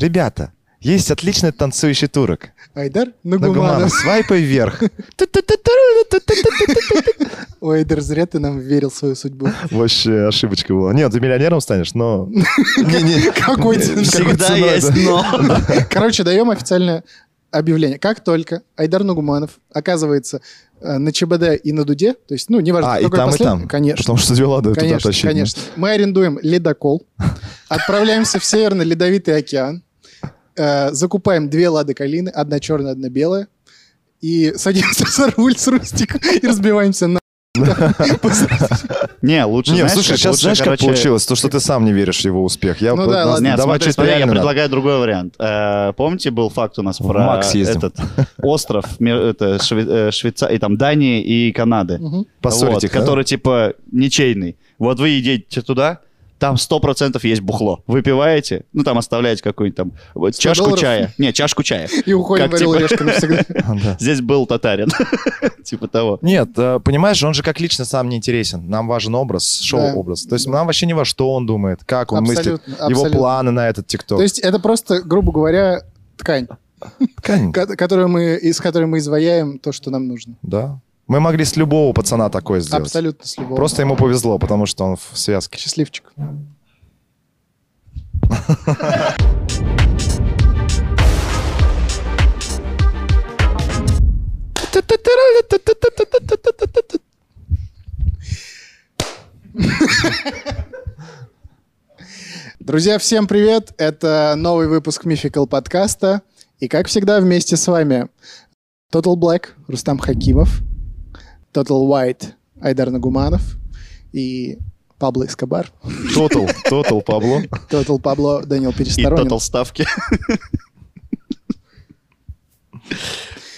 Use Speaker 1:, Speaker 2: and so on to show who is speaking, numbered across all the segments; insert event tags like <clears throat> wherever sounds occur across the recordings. Speaker 1: Ребята, есть отличный танцующий
Speaker 2: <laughs>
Speaker 1: турок.
Speaker 2: Айдар
Speaker 1: Нагуманов,
Speaker 2: Нагуманов.
Speaker 1: свайпай
Speaker 2: <laughs>
Speaker 1: вверх.
Speaker 2: Ой, Айдар, зря ты нам верил в свою судьбу.
Speaker 1: <laughs> Вообще ошибочка была. Нет, ты миллионером станешь,
Speaker 2: <laughs>
Speaker 1: но...
Speaker 2: Какой ценой?
Speaker 3: Всегда есть
Speaker 1: <laughs>
Speaker 3: но.
Speaker 2: <laughs> Короче, даем официальное объявление. Как только Айдар Нагуманов оказывается э, на ЧБД и на Дуде, то есть, ну, неважно,
Speaker 1: А, и
Speaker 2: какой
Speaker 1: там, и
Speaker 2: послед-
Speaker 1: там.
Speaker 2: Конечно.
Speaker 1: Потому что Зелада туда
Speaker 2: Конечно,
Speaker 1: тащить.
Speaker 2: конечно. Мы арендуем
Speaker 1: <laughs>
Speaker 2: ледокол, отправляемся в Северный Ледовитый океан, э, закупаем две лады калины, одна черная, одна белая, и садимся <laughs> за руль с рустик и разбиваемся на...
Speaker 3: Не, лучше,
Speaker 1: Не,
Speaker 3: знаешь,
Speaker 1: слушай,
Speaker 3: как,
Speaker 1: сейчас
Speaker 3: лучше,
Speaker 1: знаешь, как
Speaker 3: короче,
Speaker 1: получилось? То, что ты сам не веришь в его успех. Я
Speaker 2: Ну
Speaker 1: бы-
Speaker 2: да,
Speaker 1: нас-
Speaker 2: ладно.
Speaker 3: Нет,
Speaker 1: Давай
Speaker 3: смотри,
Speaker 1: чуть
Speaker 3: смотри, я
Speaker 1: реально надо.
Speaker 3: предлагаю другой вариант. Э, Помните, был факт у нас
Speaker 1: В
Speaker 3: про
Speaker 1: Макс ездим.
Speaker 3: этот э, остров, <laughs> мер- это, Шве- э, Швейца- и там Дании и Канады,
Speaker 2: Мгм.
Speaker 1: Поссорить
Speaker 3: Вот,
Speaker 1: их, да?
Speaker 3: который типа ничейный. Вот вы едете туда, там 100% есть бухло. Выпиваете, ну там оставляете какую-нибудь там вот,
Speaker 2: 100
Speaker 3: чашку
Speaker 2: долларов?
Speaker 3: чая. Не, чашку чая.
Speaker 2: И уходим
Speaker 3: Как
Speaker 2: в Орел и
Speaker 3: типа-
Speaker 2: Решка навсегда.
Speaker 1: <laughs> Да.
Speaker 3: Здесь был татарин. <laughs> Типа того.
Speaker 1: Нет, э, понимаешь, он же как лично сам не интересен. Нам важен образ, шоу-образ. То есть нам вообще не во что он думает, как он мыслит,
Speaker 2: Абсолютно,
Speaker 1: его
Speaker 2: абсолютно.
Speaker 1: планы на этот ТикТок.
Speaker 2: То есть это просто, грубо говоря, ткань,
Speaker 1: Ткань,
Speaker 2: ко- которую мы, из которой мы изваяем то, что нам нужно.
Speaker 1: да. Мы могли с любого пацана такое сделать.
Speaker 2: Абсолютно с любого.
Speaker 1: Просто ему повезло, потому что он в связке.
Speaker 2: счастливчик. Друзья, всем привет! Это новый выпуск Мификал подкаста. И как всегда вместе с вами Total Black Рустам Хакимов, Total White Айдар Нагуманов и Пабло Эскобар,
Speaker 1: Тотал, тотал, Пабло.
Speaker 2: Total Пабло Данил
Speaker 3: И
Speaker 2: Пересторонин.
Speaker 3: тотал ставки. <laughs>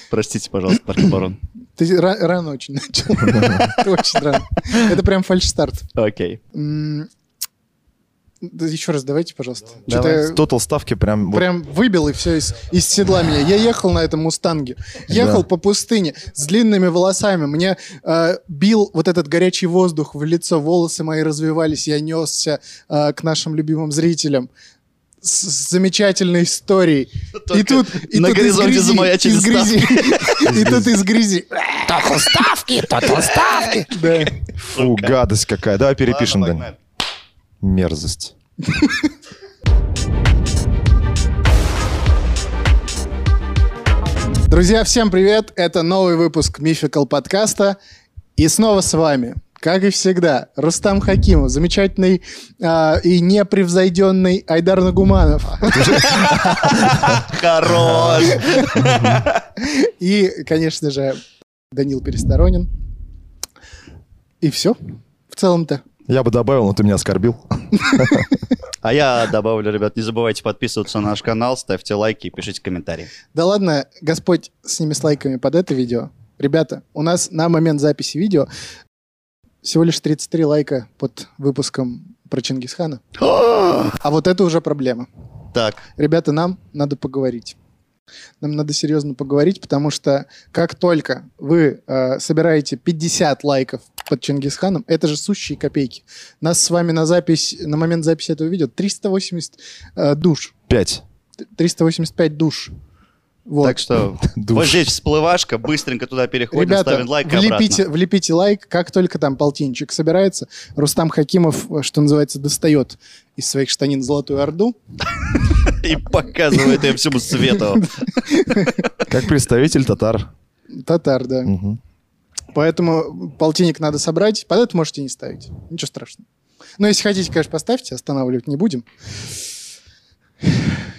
Speaker 3: Простите, пожалуйста, Паркобарон.
Speaker 2: Ты ра- рано очень начал. Ты Очень рано. Это прям фальш-старт.
Speaker 3: Окей.
Speaker 2: М, да Еще раз давайте, пожалуйста.
Speaker 1: Давай,
Speaker 2: Что-то
Speaker 1: Тотал ставки прям... вот.
Speaker 2: прям выбил и все из, из седла меня. Я ехал на этом мустанге. Ехал
Speaker 1: Да.
Speaker 2: по пустыне с длинными волосами. Мне э, бил вот этот горячий воздух в лицо. Волосы мои развивались. Я несся э, к нашим любимым зрителям с, с замечательной историей. и
Speaker 3: <laughs> Только
Speaker 2: тут, и
Speaker 3: на
Speaker 2: тут из
Speaker 3: горизонте
Speaker 2: грязи,
Speaker 3: замаячили
Speaker 2: из грязи. <laughs> И тут из грязи. Да.
Speaker 1: Фу, гадость какая. Давай перепишем,
Speaker 3: Ладно,
Speaker 1: Дань.
Speaker 3: погнали.
Speaker 1: Мерзость.
Speaker 2: Друзья, всем привет! Это новый выпуск Мификал подкаста. И снова с вами, как и всегда, Рустам Хакимов, замечательный а, и непревзойденный Айдар Нагуманов <laughs>
Speaker 3: Хорош!
Speaker 2: и, конечно же, Данил Пересторонин. И все. В целом-то.
Speaker 1: Я бы добавил, но ты меня оскорбил.
Speaker 3: А я добавлю, ребят, не забывайте подписываться на наш канал, ставьте лайки и пишите комментарии.
Speaker 2: Да ладно, Господь с ними с лайками под это видео. Ребята, у нас на момент записи видео всего лишь 33 лайка под выпуском про Чингисхана. А вот это уже проблема.
Speaker 3: Так,
Speaker 2: ребята, нам надо поговорить. Нам надо серьезно поговорить, потому что как только вы э, собираете 50 лайков под Чингисханом, это же сущие копейки. Нас с вами на запись, на момент записи этого видео 380 э, душ.
Speaker 1: Пять.
Speaker 2: Т- 385 душ. Вот.
Speaker 3: так что вот
Speaker 1: Душ.
Speaker 3: здесь всплывашка, быстренько туда переходим,
Speaker 2: Ребята,
Speaker 3: ставим лайк и
Speaker 2: влепите, влепите лайк, как только там полтинчик собирается. Рустам Хакимов, э, что называется, достает из своих штанин Золотую Орду.
Speaker 3: обратно. И показывает им всему свету.
Speaker 1: Как представитель татар.
Speaker 2: Татар, да.
Speaker 1: Мгм.
Speaker 2: Поэтому полтинник надо собрать, под это можете не ставить. Ничего страшного. Но если хотите, конечно, поставьте, останавливать не будем.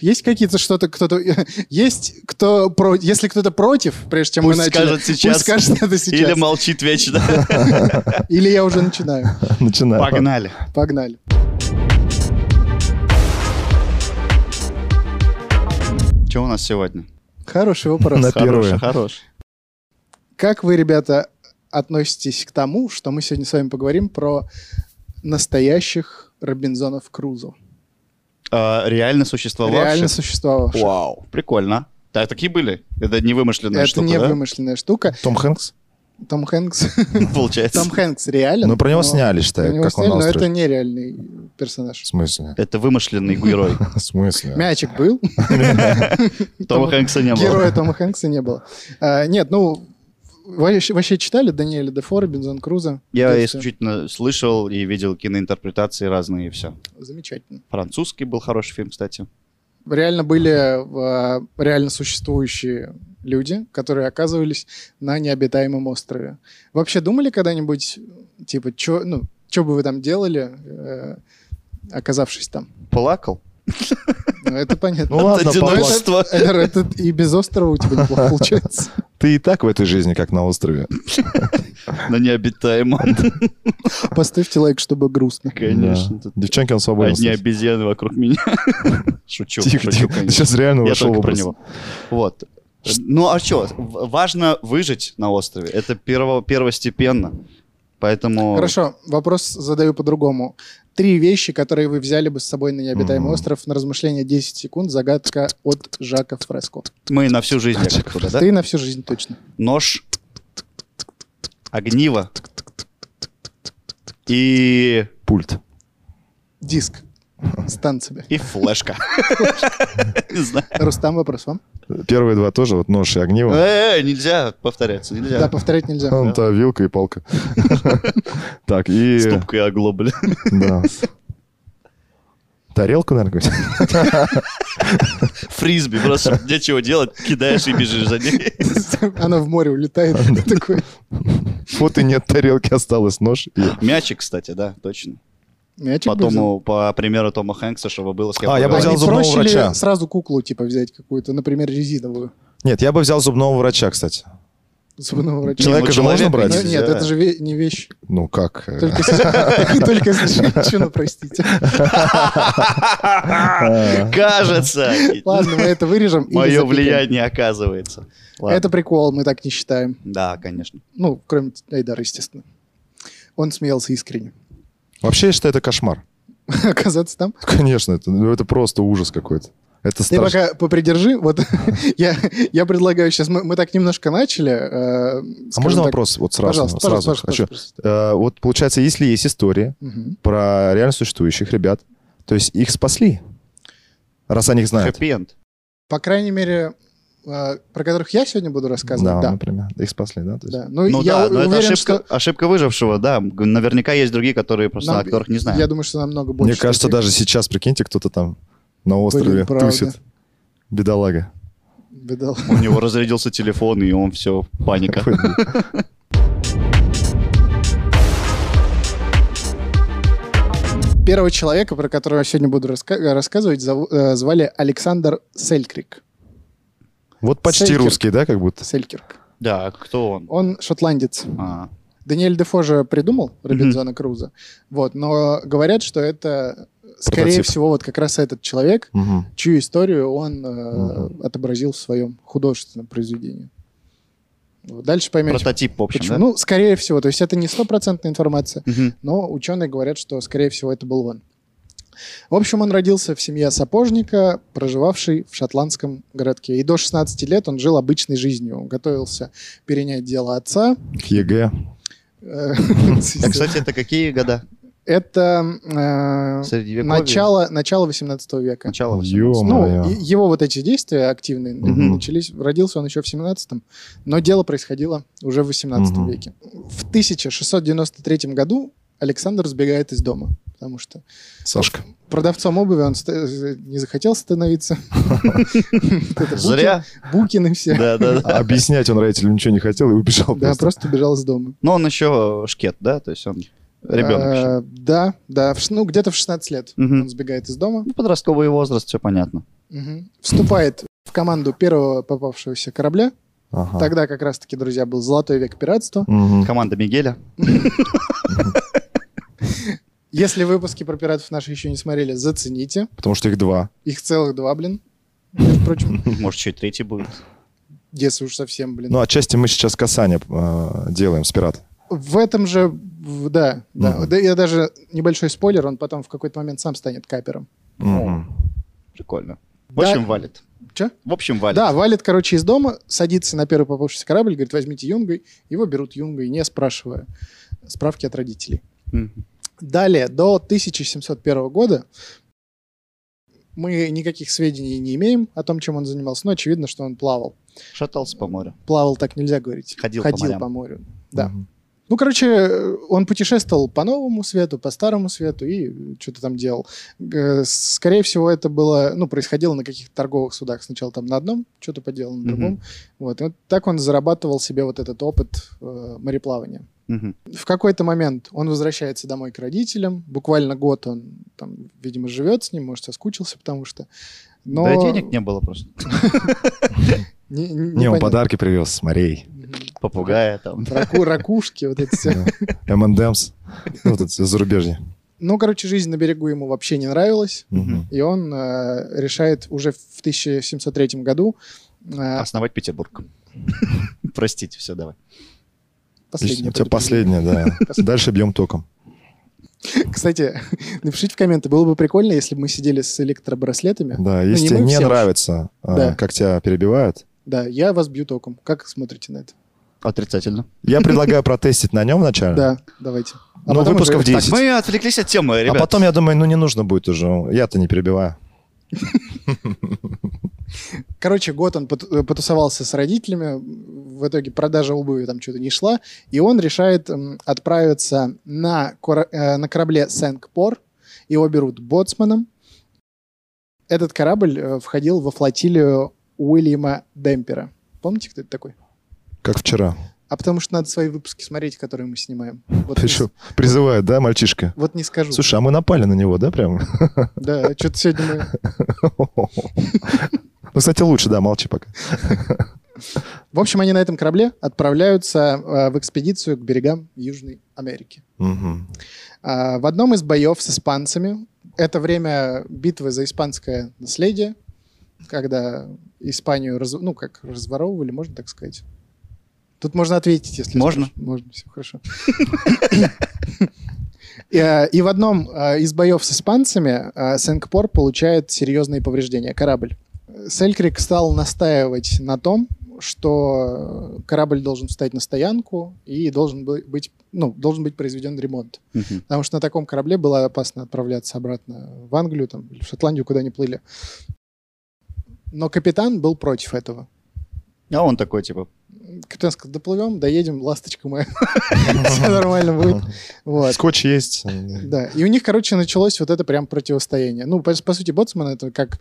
Speaker 2: Есть какие-то что-то, кто-то... <laughs> Есть кто... Про... Если кто-то против, прежде чем
Speaker 3: Пусть
Speaker 2: мы начали...
Speaker 3: скажет сейчас.
Speaker 2: Пусть скажет это <laughs> сейчас.
Speaker 3: Или молчит вечно.
Speaker 2: Или я уже начинаю.
Speaker 1: Начинаем.
Speaker 3: Погнали.
Speaker 2: Погнали.
Speaker 3: Что у нас сегодня?
Speaker 2: Хороший вопрос.
Speaker 1: На
Speaker 3: Хороший,
Speaker 1: первое.
Speaker 3: хорош.
Speaker 2: Как вы, ребята, относитесь к тому, что мы сегодня с вами поговорим про настоящих Робинзонов Крузо?
Speaker 3: А, Реально существовавший?
Speaker 2: Реально существовавших.
Speaker 3: Вау, прикольно. Так, такие были? Это не вымышленная
Speaker 2: Это
Speaker 3: штука,
Speaker 2: не
Speaker 3: да?
Speaker 2: вымышленная штука.
Speaker 1: Том Хэнкс?
Speaker 2: Том Хэнкс.
Speaker 3: <laughs> получается.
Speaker 2: Том Хэнкс реален.
Speaker 1: Ну, про него
Speaker 2: но-
Speaker 1: сняли,
Speaker 2: про
Speaker 1: считай,
Speaker 2: него
Speaker 1: как он
Speaker 2: сняли,
Speaker 1: на
Speaker 2: но это
Speaker 1: острове.
Speaker 2: нереальный
Speaker 1: В
Speaker 2: персонаж.
Speaker 1: смысле?
Speaker 3: Это
Speaker 2: <laughs>
Speaker 3: вымышленный герой.
Speaker 1: В смысле?
Speaker 2: Мячик был,
Speaker 3: Тома Хэнкса не было.
Speaker 2: героя Тома Хэнкса не было. А, Нет, ну, вы вообще- вообще читали Даниэля Дефора, Бензон Круза? В
Speaker 3: Я
Speaker 1: э,
Speaker 2: детстве?
Speaker 3: исключительно слышал и видел киноинтерпретации разные и все.
Speaker 2: э, Замечательно.
Speaker 3: Французский был хороший фильм, кстати.
Speaker 2: реально были э, реально существующие люди, которые оказывались на необитаемом острове. Вообще думали когда-нибудь, типа, чё, ну, чё бы вы там делали, э, оказавшись там?
Speaker 3: Плакал?
Speaker 2: Ну, это понятно.
Speaker 1: Ну ладно, поплакал.
Speaker 3: одиночество.
Speaker 2: Это- это и без острова у тебя неплохо получается.
Speaker 1: Ты и так в этой жизни, как на острове.
Speaker 3: На необитаемом.
Speaker 2: Поставьте лайк, чтобы грустно.
Speaker 3: <laughs> Конечно.
Speaker 1: Да.
Speaker 3: тут
Speaker 1: Девчонки, он свободен.
Speaker 3: Одни
Speaker 1: кстати.
Speaker 3: обезьяны вокруг меня. <laughs> Шучу.
Speaker 1: Тихо,
Speaker 3: шучу,
Speaker 1: тихо.
Speaker 3: конечно.
Speaker 1: Ты сейчас реально
Speaker 3: Я
Speaker 1: вошел в
Speaker 3: только про
Speaker 1: образ.
Speaker 3: него. Вот. Ну а что, важно выжить на острове. Это перво- первостепенно. Поэтому...
Speaker 2: Хорошо, вопрос задаю по-другому. Три вещи, которые вы взяли бы с собой на необитаемый
Speaker 1: Мгм.
Speaker 2: остров на размышление 10 секунд. Загадка от Жака Фреско.
Speaker 3: Мы на всю жизнь как туда, да?
Speaker 2: Ты на всю жизнь точно.
Speaker 3: Нож, огниво и,
Speaker 1: Пульт.
Speaker 2: Диск. Стан себе.
Speaker 3: и флешка. Не знаю.
Speaker 2: Рустам, вопрос вам.
Speaker 1: Первые два тоже, вот нож и огниво.
Speaker 3: Э, нельзя повторяться,
Speaker 2: Да,
Speaker 3: нельзя.
Speaker 2: повторять нельзя.
Speaker 1: Он та вилка и палка. Так, и...
Speaker 3: Ступка и огло, бля.
Speaker 1: Да. Тарелку, наверное, какую-нибудь.
Speaker 3: Фрисби, просто где чего делать, кидаешь и бежишь за ней.
Speaker 2: <laughs> Она в море улетает. Ты <laughs> такой,
Speaker 1: Вот и нет тарелки, осталось нож. и-
Speaker 3: Мячик, кстати, да, точно.
Speaker 2: мячик
Speaker 3: Потом,
Speaker 2: был.
Speaker 3: ну, по примеру Тома Хэнкса, чтобы было с кем
Speaker 1: А, я бы
Speaker 3: поговорить.
Speaker 1: взял
Speaker 2: А не
Speaker 1: зубного
Speaker 2: проще ли
Speaker 1: врача.
Speaker 2: сразу куклу, типа, взять какую-то, например, резиновую
Speaker 1: Нет, я бы взял зубного врача, кстати.
Speaker 2: зубного врача?
Speaker 1: Человека же можно
Speaker 2: Ну,
Speaker 1: брать?
Speaker 3: нельзя.
Speaker 2: Нет, это же ве- не вещь.
Speaker 1: Ну как? э,
Speaker 2: Только если- <laughs> только если женщина, простите. <laughs>
Speaker 3: Кажется.
Speaker 2: Ладно, мы это вырежем. или
Speaker 3: Мое
Speaker 2: запикаем.
Speaker 3: влияние оказывается. Ладно.
Speaker 2: Это прикол, мы так не считаем.
Speaker 3: Да, конечно.
Speaker 2: Ну, кроме Айдара, естественно. Он смеялся искренне. <laughs>
Speaker 1: Вообще, я считаю, это кошмар. <laughs>
Speaker 2: Оказаться там.
Speaker 1: Конечно, это, ну, это просто ужас какой-то. Это
Speaker 2: Ты
Speaker 1: страшно.
Speaker 2: пока попридержи. Вот <laughs> я, я предлагаю сейчас... Мы, мы так немножко начали. э,
Speaker 1: А
Speaker 2: скажем
Speaker 1: можно
Speaker 2: так.
Speaker 1: вопрос? Вот сразу.
Speaker 2: Пожалуйста,
Speaker 1: сразу
Speaker 2: пожалуйста,
Speaker 1: хочу.
Speaker 2: пожалуйста,
Speaker 1: Э, вот получается, если есть истории
Speaker 2: пожалуйста. Мгм.
Speaker 1: про реально существующих ребят, то есть их спасли, раз о них знают.
Speaker 3: Хэппи-энд.
Speaker 2: По крайней мере, э, про которых я сегодня буду рассказывать,
Speaker 1: Да,
Speaker 2: да.
Speaker 1: например. Их спасли, да? То есть-
Speaker 2: да. Ну,
Speaker 3: Ну
Speaker 2: я
Speaker 3: да,
Speaker 2: у-
Speaker 3: но это
Speaker 2: уверен,
Speaker 3: ошибка,
Speaker 2: что...
Speaker 3: ошибка выжившего, да. Г- Наверняка есть другие, которые просто,
Speaker 2: нам-
Speaker 3: о которых не
Speaker 2: Я
Speaker 3: знаю.
Speaker 2: думаю, что намного больше.
Speaker 1: Мне кажется,
Speaker 2: таких.
Speaker 1: даже сейчас, прикиньте, кто-то там на острове
Speaker 2: Блин, правда.
Speaker 1: тусит. Бедолага.
Speaker 2: Бедал.
Speaker 3: У него разрядился телефон, и он все, паника.
Speaker 2: Первого человека, про которого я сегодня буду раска- рассказывать, зову- э, звали Александр Селькрик.
Speaker 1: Вот почти
Speaker 2: Сейкер.
Speaker 1: русский, да, как будто?
Speaker 2: Селькирк.
Speaker 3: Да, кто он?
Speaker 2: Он шотландец.
Speaker 3: А,
Speaker 2: Даниэль Дефо же придумал Робинзона Круза. Вот, но говорят, что это, скорее
Speaker 1: Прототип.
Speaker 2: всего, вот как раз этот человек,
Speaker 1: Мгм.
Speaker 2: чью историю он э,
Speaker 1: Мгм.
Speaker 2: отобразил в своем художественном произведении. Вот Дальше поймете,
Speaker 3: Прототип, в общем,
Speaker 2: почему.
Speaker 3: да?
Speaker 2: Ну, скорее всего, то есть это не стопроцентная информация,
Speaker 3: Мгм.
Speaker 2: но ученые говорят, что, скорее всего, это был он. В общем, он родился в семье сапожника, проживавший в шотландском городке. И до 16 лет он жил обычной жизнью. Он готовился перенять дело отца.
Speaker 1: К ЕГЭ.
Speaker 2: Э,
Speaker 3: А, кстати, это какие года?
Speaker 2: Это э,
Speaker 3: Средневековье?
Speaker 2: начало начало 18 века.
Speaker 3: Начало. 18.
Speaker 2: Ну,
Speaker 1: Ё-моё.
Speaker 2: и- его вот эти действия активные
Speaker 1: Мгм.
Speaker 2: начались. Родился он еще в 17-м, но дело происходило уже в 18
Speaker 1: Мгм.
Speaker 2: веке. В 1693 году Александр сбегает из дома, потому что
Speaker 1: Сашка.
Speaker 2: продавцом обуви он ст- не захотел становиться. <laughs> Вот это
Speaker 3: Зря.
Speaker 2: Буки- Букины все.
Speaker 3: Да, да, да.
Speaker 1: А Объяснять он родителям ничего не хотел и убежал
Speaker 2: Да,
Speaker 1: просто.
Speaker 2: просто бежал из дома.
Speaker 3: Но он еще шкет, да? То есть он ребенок. еще.
Speaker 2: А, Да, да. в ш- Ну, где-то в 16 лет
Speaker 3: Мгм.
Speaker 2: он сбегает из дома.
Speaker 3: Ну, подростковый возраст, все понятно.
Speaker 2: Мгм. Вступает в команду первого попавшегося корабля.
Speaker 3: А.
Speaker 1: Ага.
Speaker 2: Тогда как раз-таки, друзья, был золотой век пиратства.
Speaker 1: Мгм.
Speaker 3: Команда Мигеля.
Speaker 2: Если выпуски про пиратов наши еще не смотрели, зацените.
Speaker 1: Потому что их два.
Speaker 2: Их целых два, блин. Между
Speaker 3: <laughs>
Speaker 2: прочим,
Speaker 3: Может, еще и третий будет.
Speaker 2: если уж совсем, блин.
Speaker 1: Ну, отчасти мы сейчас касание э, делаем с пиратами.
Speaker 2: В этом же, в- да, да.
Speaker 1: Мгм.
Speaker 2: Да Я даже небольшой Ну, спойлер, он потом в какой-то момент сам станет капером.
Speaker 1: Мгм.
Speaker 3: Прикольно.
Speaker 2: Да.
Speaker 3: Очень валит.
Speaker 2: Чё?
Speaker 3: В общем, валит.
Speaker 2: Да, валит, короче, из дома, садится на первый попавшийся корабль, говорит, возьмите юнгой. Его берут юнгой, не спрашивая справки от родителей.
Speaker 3: Мгм.
Speaker 2: Далее, до 1701 года мы никаких сведений не имеем о том, чем он занимался, но очевидно, что он плавал.
Speaker 3: Шатался по морю.
Speaker 2: Плавал так нельзя говорить.
Speaker 3: Ходил по морям.
Speaker 2: по морю. Да.
Speaker 1: Мгм.
Speaker 2: Ну, короче, э, он путешествовал по новому свету, по старому свету и что-то там делал. Э, Скорее всего, это было, ну, происходило на каких-то торговых судах. Сначала там на одном, что-то поделал на
Speaker 3: Мгм.
Speaker 2: другом. Вот. И вот так он зарабатывал себе вот этот опыт э, мореплавания.
Speaker 3: Мгм.
Speaker 2: В какой-то момент он возвращается домой к родителям. Буквально год он там, видимо, живет с ним, может, соскучился, потому что... Но...
Speaker 3: Да и денег не было просто.
Speaker 2: Не, не-
Speaker 1: Не, он
Speaker 2: непонятно.
Speaker 1: подарки привез с морей.
Speaker 2: Мгм.
Speaker 3: Попугая там.
Speaker 2: Раку- ракушки, вот это все.
Speaker 1: M&M's. Вот это всё зарубежье.
Speaker 2: Ну, короче, жизнь на берегу ему вообще не нравилась.
Speaker 1: Мгм.
Speaker 2: И он э, решает уже в 1703 году... э,
Speaker 3: Основать Петербург. <laughs> Простите, все, давай.
Speaker 1: У
Speaker 2: последнее
Speaker 1: тебя
Speaker 2: предупреждение.
Speaker 1: последнее, да. Дальше бьем током.
Speaker 2: Кстати, <laughs> напишите в комменты, было бы прикольно, если бы мы сидели с электробраслетами.
Speaker 1: Да, если
Speaker 2: Ну, не
Speaker 1: тебе
Speaker 2: мы
Speaker 1: не
Speaker 2: все уж.
Speaker 1: нравится, а,
Speaker 2: Да.
Speaker 1: как тебя перебивают,
Speaker 2: Да, я вас бью током. Как смотрите на это?
Speaker 3: Отрицательно.
Speaker 1: я
Speaker 2: <laughs>
Speaker 1: предлагаю протестить на нем вначале.
Speaker 2: Да, давайте. А
Speaker 1: Ну,
Speaker 2: потом
Speaker 1: выпусков
Speaker 2: уже-
Speaker 1: 10.
Speaker 3: Так, мы отвлеклись от темы,
Speaker 1: А
Speaker 3: ребят.
Speaker 1: потом я думаю, ну не нужно будет уже, я-то не перебиваю.
Speaker 2: Короче, год он пот- э, потусовался с родителями, в итоге продажа обуви там что-то не шла, и он решает м, отправиться на, кора- э, на корабле Сенкпор, его берут боцманом. Этот корабль э, входил во флотилию Уильяма Демпера. Помните, кто это такой?
Speaker 1: Как вчера.
Speaker 2: А потому что надо свои выпуски смотреть, которые мы снимаем. Вот, не,
Speaker 1: Еще
Speaker 2: с-
Speaker 1: призывает, да, мальчишка?
Speaker 2: вот не скажу.
Speaker 1: Слушай, а мы напали на него, да,
Speaker 2: <laughs>
Speaker 1: прям?
Speaker 2: Да, что-то сегодня мы...
Speaker 1: Ну, кстати, лучше, да, молчи пока.
Speaker 2: В общем, они на этом корабле отправляются э, в экспедицию к берегам Южной Америки.
Speaker 1: Мгм.
Speaker 2: А, В одном из боев с испанцами, это время битвы за испанское наследие, когда Испанию, раз- ну, как разворовывали, можно так сказать. Тут можно ответить, если...
Speaker 3: Можно.
Speaker 2: спрашиваешь. Можно, все хорошо. И, а, И в одном а, из боев с испанцами а, Сенкпор получает серьезные повреждения, корабль. Селькрик стал настаивать на том, что корабль должен встать на стоянку и должен бы- быть, ну, должен быть произведен ремонт.
Speaker 3: Мгм.
Speaker 2: Потому что на таком корабле было опасно отправляться обратно в Англию там, или в Шотландию, куда они плыли. Но капитан был против этого.
Speaker 3: А он такой, типа,
Speaker 2: Капитан сказал, доплывем, доедем, ласточка моя. <laughs> Все нормально будет. Вот.
Speaker 1: Скотч есть.
Speaker 2: Да. И у них, короче, началось вот это прям противостояние. Ну, по, по сути, Боцман это как...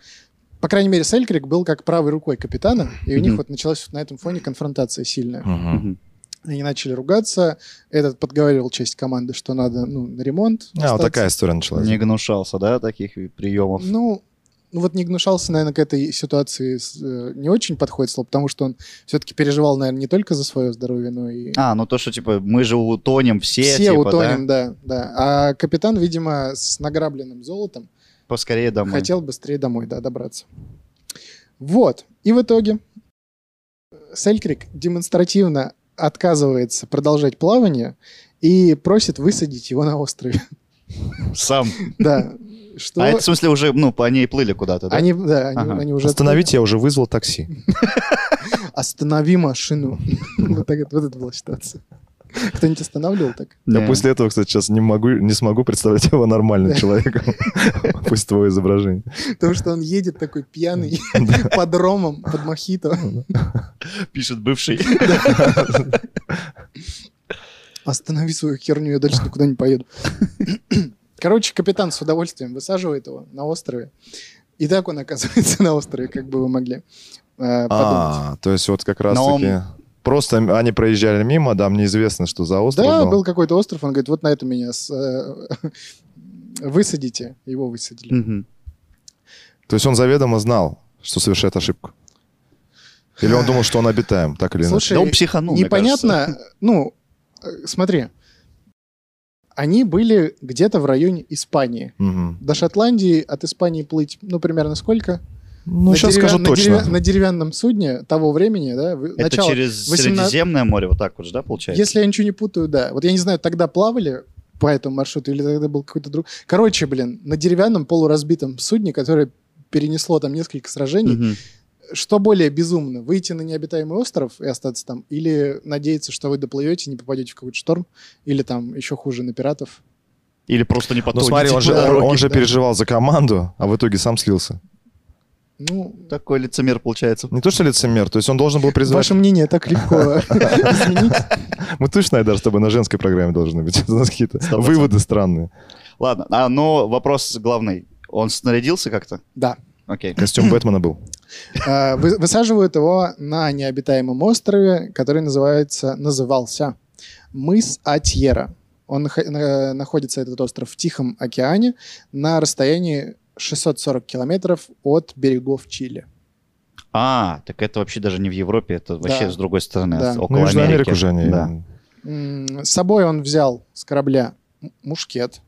Speaker 2: По крайней мере, Селькрик был как правой рукой капитана, и у них
Speaker 3: Мгм.
Speaker 2: вот началась вот на этом фоне конфронтация сильная.
Speaker 1: Мгм.
Speaker 3: мгм.
Speaker 2: Они начали ругаться, этот подговаривал часть команды, что надо, ну, на ремонт.
Speaker 1: А, вот
Speaker 2: остаться.
Speaker 1: такая история началась.
Speaker 3: не гнушался, да, таких приемов.
Speaker 2: Ну, ну вот не гнушался, наверное, к этой ситуации с- э, не очень подходит слово, потому что он все-таки переживал, наверное, не только за свое здоровье, но и...
Speaker 3: А, ну то, что, типа, мы же утонем все,
Speaker 2: Все
Speaker 3: типа,
Speaker 2: утонем,
Speaker 3: да?
Speaker 2: да? да, А капитан, видимо, с награбленным золотом
Speaker 3: Поскорее домой.
Speaker 2: хотел быстрее домой, да, добраться. Вот. И в итоге Селькрик демонстративно отказывается продолжать плавание и просит высадить его на острове. <laughs>
Speaker 3: Сам.
Speaker 2: Да. Что...
Speaker 3: А это, в смысле, уже, ну, по ней плыли куда-то, да?
Speaker 2: Они, да, они,
Speaker 3: Ага.
Speaker 2: они уже...
Speaker 1: Остановить я уже вызвал такси.
Speaker 2: останови машину. <laughs> Вот так это- вот это была ситуация. Кто-нибудь останавливал так?
Speaker 3: Не.
Speaker 1: Я после этого, кстати, сейчас не могу, не смогу представлять его нормальным
Speaker 2: Да.
Speaker 1: человеком.
Speaker 2: <laughs>
Speaker 1: Пусть твое изображение.
Speaker 2: Потому что он едет такой пьяный <laughs> под ромом, под мохито. <laughs>
Speaker 3: Пишет бывший.
Speaker 2: Останови свою херню, я <laughs> дальше никуда не поеду. <clears throat> Короче, капитан с удовольствием высаживает его на острове. И так он оказывается <laughs> на острове, как бы вы могли э, подумать.
Speaker 1: А, то есть вот как раз
Speaker 3: Но
Speaker 1: таки... Просто они проезжали мимо, там неизвестно, что за остров
Speaker 2: Да,
Speaker 1: был.
Speaker 2: был какой-то остров, он говорит, вот на это меня с- э, <laughs> высадите. Его высадили.
Speaker 3: Мгм.
Speaker 1: То есть он заведомо знал, что совершает ошибку. Или он думал, что он обитаем, так или иначе.
Speaker 2: Слушай,
Speaker 3: Да он психанул, мне кажется.
Speaker 2: Непонятно, ну, э, смотри, они были где-то в районе Испании.
Speaker 1: Мгм.
Speaker 2: До Шотландии от Испании плыть, ну, примерно сколько?
Speaker 1: Ну,
Speaker 2: На
Speaker 1: сейчас
Speaker 2: деревя-
Speaker 1: скажу
Speaker 2: на
Speaker 1: точно.
Speaker 2: деревя- на деревянном судне того времени, да, в-
Speaker 3: Это
Speaker 2: начало-
Speaker 3: через
Speaker 2: 18
Speaker 3: Средиземное море, вот так вот же, да, получается?
Speaker 2: Если я ничего не путаю, да. Вот я не знаю, тогда плавали по этому маршруту или тогда был какой-то друг... Короче, блин, на деревянном полуразбитом судне, которое перенесло там несколько сражений,
Speaker 3: Мгм.
Speaker 2: что более безумно, выйти на необитаемый остров и остаться там, или надеяться, что вы доплывете, не попадете в какой-то шторм, или там еще хуже на пиратов?
Speaker 3: Или просто не типа,
Speaker 1: Ну
Speaker 3: потонете
Speaker 1: смотри, он
Speaker 3: по
Speaker 1: же,
Speaker 3: дороге.
Speaker 1: он же
Speaker 2: типа да.
Speaker 1: переживал за команду, а в итоге сам слился.
Speaker 2: Ну,
Speaker 3: Такой лицемер получается.
Speaker 1: Не то, что лицемер, то есть он должен был призвать...
Speaker 2: ваше мнение так легко <laughs> изменить.
Speaker 1: Мы точно, Айдар, с тобой на женской программе должны быть. <laughs> У нас какие-то
Speaker 3: процентов.
Speaker 1: выводы странные.
Speaker 3: Ладно, а, но вопрос главный. Он снарядился как-то?
Speaker 2: Да.
Speaker 3: Окей.
Speaker 1: Костюм Бэтмена был.
Speaker 2: Э, вы- Высаживают его на необитаемом острове, который называется, назывался мыс Атьера. Он нах- на- находится, этот остров, в Тихом океане на расстоянии 640 километров от берегов Чили.
Speaker 3: А, так это вообще даже не в Европе, это вообще
Speaker 2: Да.
Speaker 3: с другой стороны,
Speaker 2: Да.
Speaker 3: с-
Speaker 1: Ну,
Speaker 3: около
Speaker 1: Южная
Speaker 3: Америки.
Speaker 1: Америка уже они.
Speaker 3: Да.
Speaker 2: М, С собой он взял с корабля м- мушкет,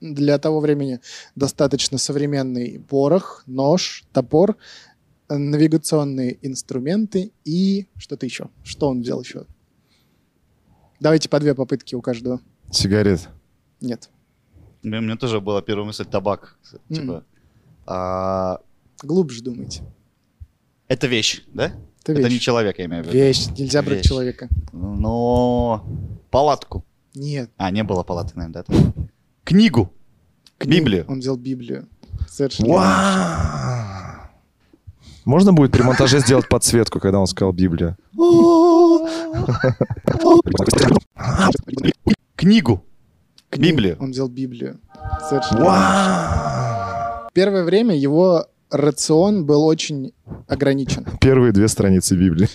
Speaker 2: для того времени достаточно современный порох, нож, топор, э, навигационные инструменты и что-то еще. Что он взял еще? Давайте по две попытки у каждого.
Speaker 1: Сигарет.
Speaker 2: Нет.
Speaker 3: У меня- у меня тоже была первая мысль табак.
Speaker 2: Мгм.
Speaker 3: Типа, а,
Speaker 2: Глубже думайте.
Speaker 3: это вещь, да?
Speaker 2: Это,
Speaker 3: Это не
Speaker 2: вещь.
Speaker 3: человек, я имею в виду.
Speaker 2: Вещь. Нельзя брать
Speaker 3: Вещь.
Speaker 2: человека.
Speaker 3: Но палатку.
Speaker 2: Нет.
Speaker 3: А, не было палаты, наверное, да? там? Книгу.
Speaker 2: книгу.
Speaker 3: Библию.
Speaker 2: Он взял Библию. Совершенно.
Speaker 1: Вау! Можно будет при монтаже сделать подсветку, когда он сказал Библия?
Speaker 3: Книгу.
Speaker 2: Книгу.
Speaker 3: Библию.
Speaker 2: Он взял Библию. Совершенно.
Speaker 1: Вау!
Speaker 2: Первое время его рацион был очень ограничен.
Speaker 1: Первые две страницы
Speaker 2: <laughs>
Speaker 1: Библии.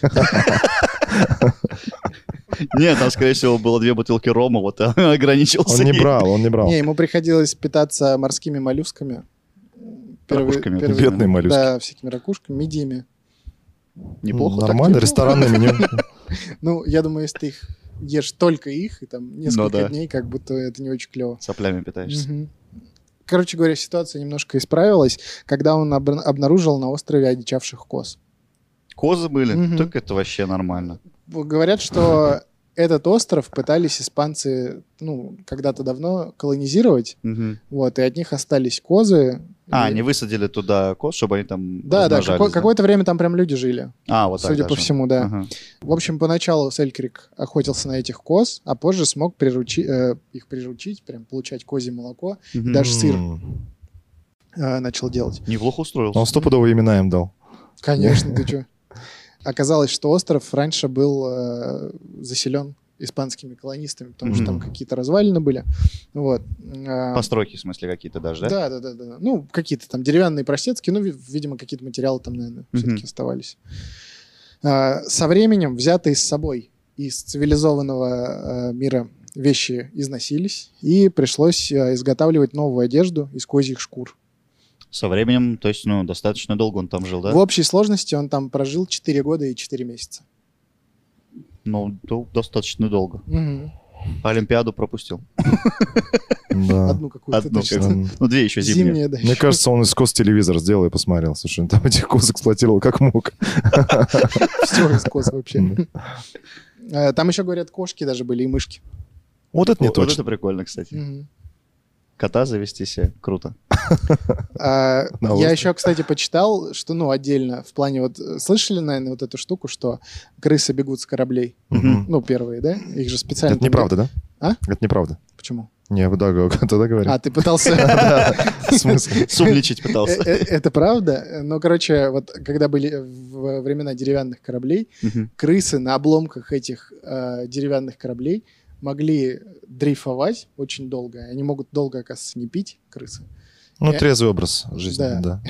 Speaker 3: Нет, там, скорее всего, было две бутылки рома, вот а, <laughs> ограничился.
Speaker 1: Он не
Speaker 3: ей.
Speaker 1: брал, он не брал.
Speaker 2: Не, ему приходилось питаться морскими моллюсками. Первые-
Speaker 3: Ракушками.
Speaker 2: первые-
Speaker 1: Бедные моллюски.
Speaker 2: Да, всякими ракушками, мидиями.
Speaker 3: Неплохо. так,
Speaker 1: Нормально,
Speaker 3: неплохо.
Speaker 1: ресторанное меню.
Speaker 2: Ну, я думаю, если ты их ешь только их, и там несколько
Speaker 3: Ну да.
Speaker 2: дней, как будто это не очень клево.
Speaker 3: Соплями питаешься.
Speaker 2: Мгм. Короче говоря, ситуация немножко исправилась, когда он обр- обнаружил на острове одичавших коз.
Speaker 3: Козы были,
Speaker 2: Мгм.
Speaker 3: так это вообще нормально.
Speaker 2: Говорят, что этот остров пытались испанцы, ну, когда-то давно колонизировать,
Speaker 3: Мгм.
Speaker 2: вот, и от них остались козы.
Speaker 3: А,
Speaker 2: И-
Speaker 3: они высадили туда коз, чтобы они там
Speaker 2: Да, да,
Speaker 3: размножались,
Speaker 2: какое- какое-то время там прям люди жили,
Speaker 3: А, вот так
Speaker 2: судя по
Speaker 3: даже.
Speaker 2: всему, да.
Speaker 3: Ага.
Speaker 2: В общем, поначалу Селькрик охотился на этих коз, а позже смог приручи- э, их приручить, прям получать козье молоко,
Speaker 3: Мгм.
Speaker 2: Даже сыр.
Speaker 1: М.
Speaker 2: э, начал делать.
Speaker 3: Неплохо устроился.
Speaker 1: Он стопудово имена им дал.
Speaker 2: Конечно, ты чё? Оказалось, что остров раньше был э, заселен испанскими колонистами, потому что там
Speaker 1: Мгм.
Speaker 2: какие-то развалины были. Вот. А,
Speaker 3: Постройки, в смысле, какие-то даже, да?
Speaker 2: да, да, да, да. Ну, какие-то там деревянные простецкие, ну, ви- видимо, какие-то материалы там, наверное,
Speaker 3: Мгм.
Speaker 2: все-таки оставались. А, Со временем взятые с собой из цивилизованного э, мира вещи износились, и пришлось э, изготавливать новую одежду из козьих шкур.
Speaker 3: Со временем, то есть, ну, достаточно долго он там жил, да?
Speaker 2: В общей сложности он там прожил 4 года и 4 месяца.
Speaker 3: Ну, до- достаточно долго.
Speaker 2: Мгм.
Speaker 3: Олимпиаду пропустил.
Speaker 1: Да.
Speaker 2: Одну какую-то.
Speaker 3: А, Одну
Speaker 2: точно.
Speaker 1: М.
Speaker 3: Ну, две еще зимние.
Speaker 2: Зимняя, да.
Speaker 1: Мне кажется, он из коз телевизор сделал и посмотрел. Слушай, он там этих коз эксплуатировал как мог.
Speaker 2: Все из коз <laughs> вообще. Э, Там еще, говорят, кошки даже были и мышки.
Speaker 1: Вот это не
Speaker 3: Вот- вот
Speaker 1: точно.
Speaker 3: это прикольно, кстати.
Speaker 2: Мгм.
Speaker 3: Кота завести себе, круто.
Speaker 2: А,
Speaker 1: На
Speaker 2: я
Speaker 1: острове.
Speaker 2: еще, кстати, почитал, что, ну, отдельно, в плане вот, э, слышали, наверное, вот эту штуку, что крысы бегут с кораблей?
Speaker 1: Мгм.
Speaker 2: Ну, первые, да? Их же специально...
Speaker 1: Это неправда, да?
Speaker 2: А?
Speaker 1: Это неправда.
Speaker 2: Почему?
Speaker 1: Не, да, го- <laughs> тогда говорю.
Speaker 2: А, ты
Speaker 1: <laughs>
Speaker 2: пытался...
Speaker 1: В смысле? <laughs>
Speaker 3: Сумничать
Speaker 2: <laughs> Э,
Speaker 3: пытался.
Speaker 2: э, Это правда, но, короче, вот когда были э, в времена деревянных кораблей,
Speaker 3: Мгм.
Speaker 2: крысы на обломках этих э, деревянных кораблей могли дрейфовать очень долго. Они могут долго, оказывается, не пить, крысы.
Speaker 1: Ну,
Speaker 2: Э,
Speaker 1: трезвый образ жизни,
Speaker 2: да.
Speaker 1: да.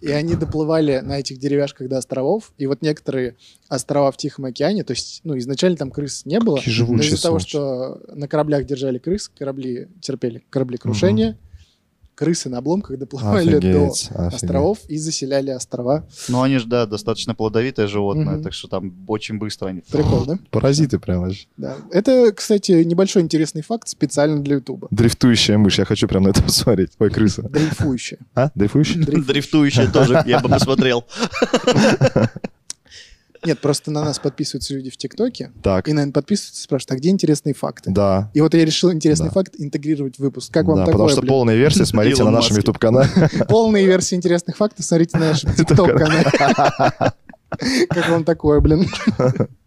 Speaker 2: И они доплывали на этих деревяшках до островов. И вот некоторые острова в Тихом океане, то есть, ну, изначально там крыс не было.
Speaker 1: Такие
Speaker 2: Но
Speaker 1: живучие
Speaker 2: из-за того,
Speaker 1: сволочи.
Speaker 2: что на кораблях держали крыс, корабли терпели корабли крушения, крысы на обломках доплывали
Speaker 1: Офигеть,
Speaker 2: до
Speaker 1: офигеть.
Speaker 2: островов и заселяли острова.
Speaker 3: Ну, они же, да, достаточно плодовитое животное,
Speaker 2: Мгм.
Speaker 3: так что там очень быстро они... <laughs>
Speaker 2: Прикол, да?
Speaker 1: Паразиты прям вообще.
Speaker 2: Да. Это, кстати, небольшой интересный факт специально для Ютуба.
Speaker 1: Дрифтующая мышь. Я хочу прям на это <laughs> посмотреть. Ой, крыса.
Speaker 2: Дрейфующие.
Speaker 1: А? Дрейфующая?
Speaker 3: Дрифтующие тоже, я бы посмотрел.
Speaker 2: Нет, просто на нас подписываются люди в ТикТоке.
Speaker 1: Так.
Speaker 2: И, наверное, подписываются и спрашивают, а где интересные факты?
Speaker 1: Да.
Speaker 2: И вот я решил интересный
Speaker 1: Да.
Speaker 2: факт интегрировать в выпуск. Как вам
Speaker 1: да,
Speaker 2: такое?
Speaker 1: потому что
Speaker 2: блин?
Speaker 1: полная версия смотрите
Speaker 3: Илон
Speaker 1: на нашем
Speaker 3: Маск.
Speaker 1: YouTube-канале. <laughs>
Speaker 2: Полные версии интересных фактов смотрите на нашем TikTok-канале. Как вам такое, блин?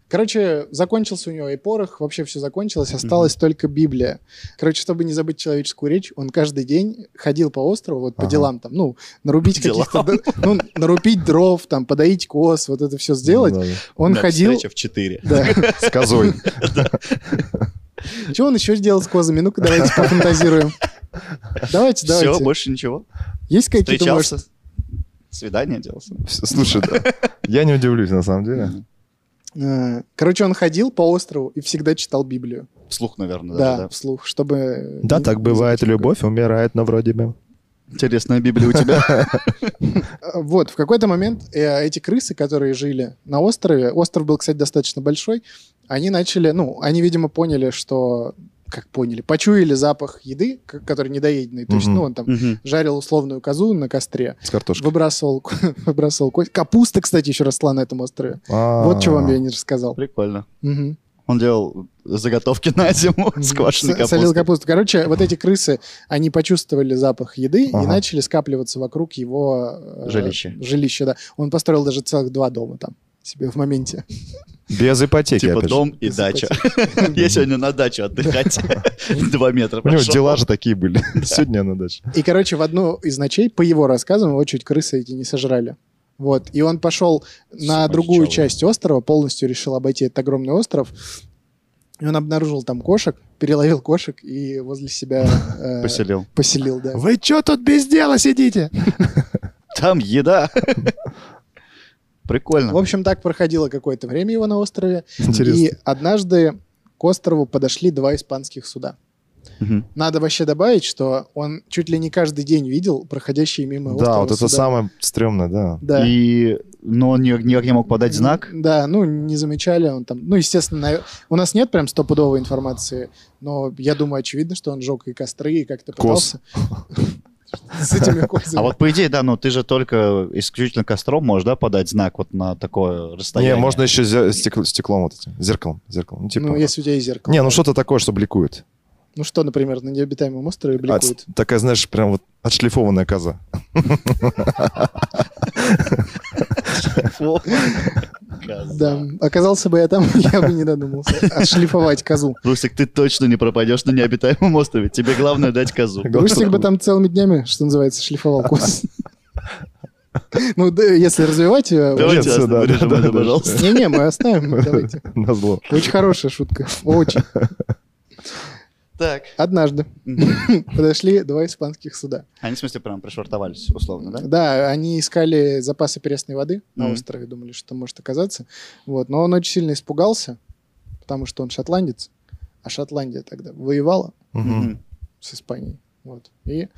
Speaker 2: Короче, закончился у него и порох, вообще все закончилось, осталась только Библия. Короче, чтобы не забыть человеческую речь, он каждый день ходил по острову, вот по
Speaker 1: Ага.
Speaker 2: делам там, ну, нарубить
Speaker 3: По делам.
Speaker 2: каких-то, д- ну, нарубить дров, там, подоить коз, вот это все <laughs> сделать.
Speaker 1: Ну да,
Speaker 2: <laughs> Он
Speaker 3: Да,
Speaker 2: ходил...
Speaker 3: Встреча в 4.
Speaker 2: Да.
Speaker 1: да. С козой.
Speaker 2: Что он еще сделал с козами?
Speaker 1: <laughs>
Speaker 2: Ну-ка, давайте пофантазируем. Давайте,
Speaker 3: Все,
Speaker 2: давайте.
Speaker 3: больше ничего.
Speaker 2: Есть какие-то, может...
Speaker 3: Встречался. Свидание делал.
Speaker 1: С- Слушай, да, я не удивлюсь, на самом деле.
Speaker 2: э, Короче, он ходил по острову и всегда читал Библию.
Speaker 3: Вслух, наверное,
Speaker 2: Да,
Speaker 3: даже, да.
Speaker 2: вслух, чтобы...
Speaker 1: Да,
Speaker 2: не-
Speaker 1: так
Speaker 2: не
Speaker 1: бывает,
Speaker 2: забыть такое.
Speaker 1: любовь умирает, но вроде бы.
Speaker 3: Интересная Библия
Speaker 2: <laughs>
Speaker 3: у тебя.
Speaker 2: А, Вот, в какой-то момент э, эти крысы, которые жили на острове, остров был, кстати, достаточно большой, они начали, ну, они, видимо, поняли, что... Как поняли? Почуяли запах еды, к- который недоеденный. То есть,
Speaker 1: Мгм.
Speaker 2: ну, он там
Speaker 3: Мгм.
Speaker 2: жарил условную козу на костре,
Speaker 1: С картошкой.
Speaker 2: выбрасывал, <laughs> выбрасывал кость. Капуста, кстати, еще росла на этом острове. Вот что
Speaker 1: чего
Speaker 2: вам я не рассказал.
Speaker 3: Прикольно.
Speaker 2: Мгм.
Speaker 3: Он делал заготовки на зиму с квашеной
Speaker 2: С- Солил
Speaker 3: капустой.
Speaker 2: капусту. Короче, вот эти крысы, они почувствовали запах еды и
Speaker 1: Ага.
Speaker 2: начали скапливаться вокруг его... э,
Speaker 3: Жилища.
Speaker 2: Жилища, да. Он построил даже целых два дома там себе в моменте.
Speaker 1: Без ипотеки,
Speaker 3: Типа
Speaker 1: опять же.
Speaker 3: дом и дача. Я сегодня на дачу отдыхать.
Speaker 2: <laughs>
Speaker 3: Два метра
Speaker 1: У него
Speaker 3: прошел.
Speaker 1: дела же такие были. <laughs> Сегодня на даче.
Speaker 2: И, короче, в одну из ночей, по его рассказам, его чуть крысы эти не сожрали. Вот. И он пошел на
Speaker 3: ума
Speaker 2: другую
Speaker 3: сошёл.
Speaker 2: часть острова, полностью решил обойти этот огромный остров. И он обнаружил там кошек, переловил кошек и возле
Speaker 3: <laughs>
Speaker 2: себя э,
Speaker 3: Поселил.
Speaker 2: поселил, да.
Speaker 1: Вы что тут без дела сидите?
Speaker 3: Там еда.
Speaker 2: В
Speaker 3: Прикольно.
Speaker 2: общем, так проходило какое-то время его на острове.
Speaker 1: Интересно.
Speaker 2: И однажды к острову подошли два испанских суда.
Speaker 3: Мгм.
Speaker 2: Надо вообще добавить, что он чуть ли не каждый день видел проходящие мимо острова
Speaker 1: Да, вот это
Speaker 2: суда.
Speaker 1: самое стрёмное, да.
Speaker 2: Да.
Speaker 3: И... Но он ни- никак не мог подать знак.
Speaker 2: Н- Да, ну, не замечали он там. Ну, естественно, навер- у нас нет прям стопудовой информации, но я думаю, очевидно, что он жег и костры, и как-то
Speaker 1: Коз.
Speaker 2: пытался...
Speaker 1: <laughs>
Speaker 2: С этими козами.
Speaker 3: А вот по идее, да, но ты же только исключительно костром можешь, да, подать знак вот на такое расстояние.
Speaker 1: Не, можно еще зе- стекло- стеклом вот этим, зеркалом, зеркалом. Ну, типа...
Speaker 2: Ну, если у тебя есть зеркало.
Speaker 1: Не, ну что-то такое, что бликует.
Speaker 2: Ну, что, например, на необитаемом острове
Speaker 1: А,
Speaker 2: бликует?
Speaker 1: ц- Такая, знаешь, прям вот отшлифованная коза.
Speaker 3: <laughs>
Speaker 2: Да, оказался бы я там, <laughs> я бы не додумался. Отшлифовать козу.
Speaker 3: Русик, ты точно не пропадешь на необитаемом острове. Тебе главное дать козу.
Speaker 2: Рустик бы там целыми днями, что называется, шлифовал
Speaker 3: <laughs>
Speaker 2: кос. Ну, да, если развивать...
Speaker 1: Да.
Speaker 2: ее-
Speaker 3: Давайте
Speaker 1: Нет, всё, да,
Speaker 3: вырежем
Speaker 1: да,
Speaker 3: это,
Speaker 1: да,
Speaker 3: пожалуйста.
Speaker 2: Не-не, мы
Speaker 3: <laughs>
Speaker 2: оставим, Ну, давайте.
Speaker 1: <laughs> На зло.
Speaker 2: Очень хорошая шутка, очень.
Speaker 3: Так.
Speaker 2: Однажды <laughs> подошли два испанских суда.
Speaker 3: Они, в смысле, прям пришвартовались, условно, да?
Speaker 2: Да, они искали запасы пресной воды на
Speaker 3: Мгм.
Speaker 2: острове, думали, что там может оказаться. Вот, но он очень сильно испугался, потому что он шотландец, а Шотландия тогда воевала
Speaker 1: Мгм.
Speaker 3: Мгм.
Speaker 2: с Испанией. Вот. И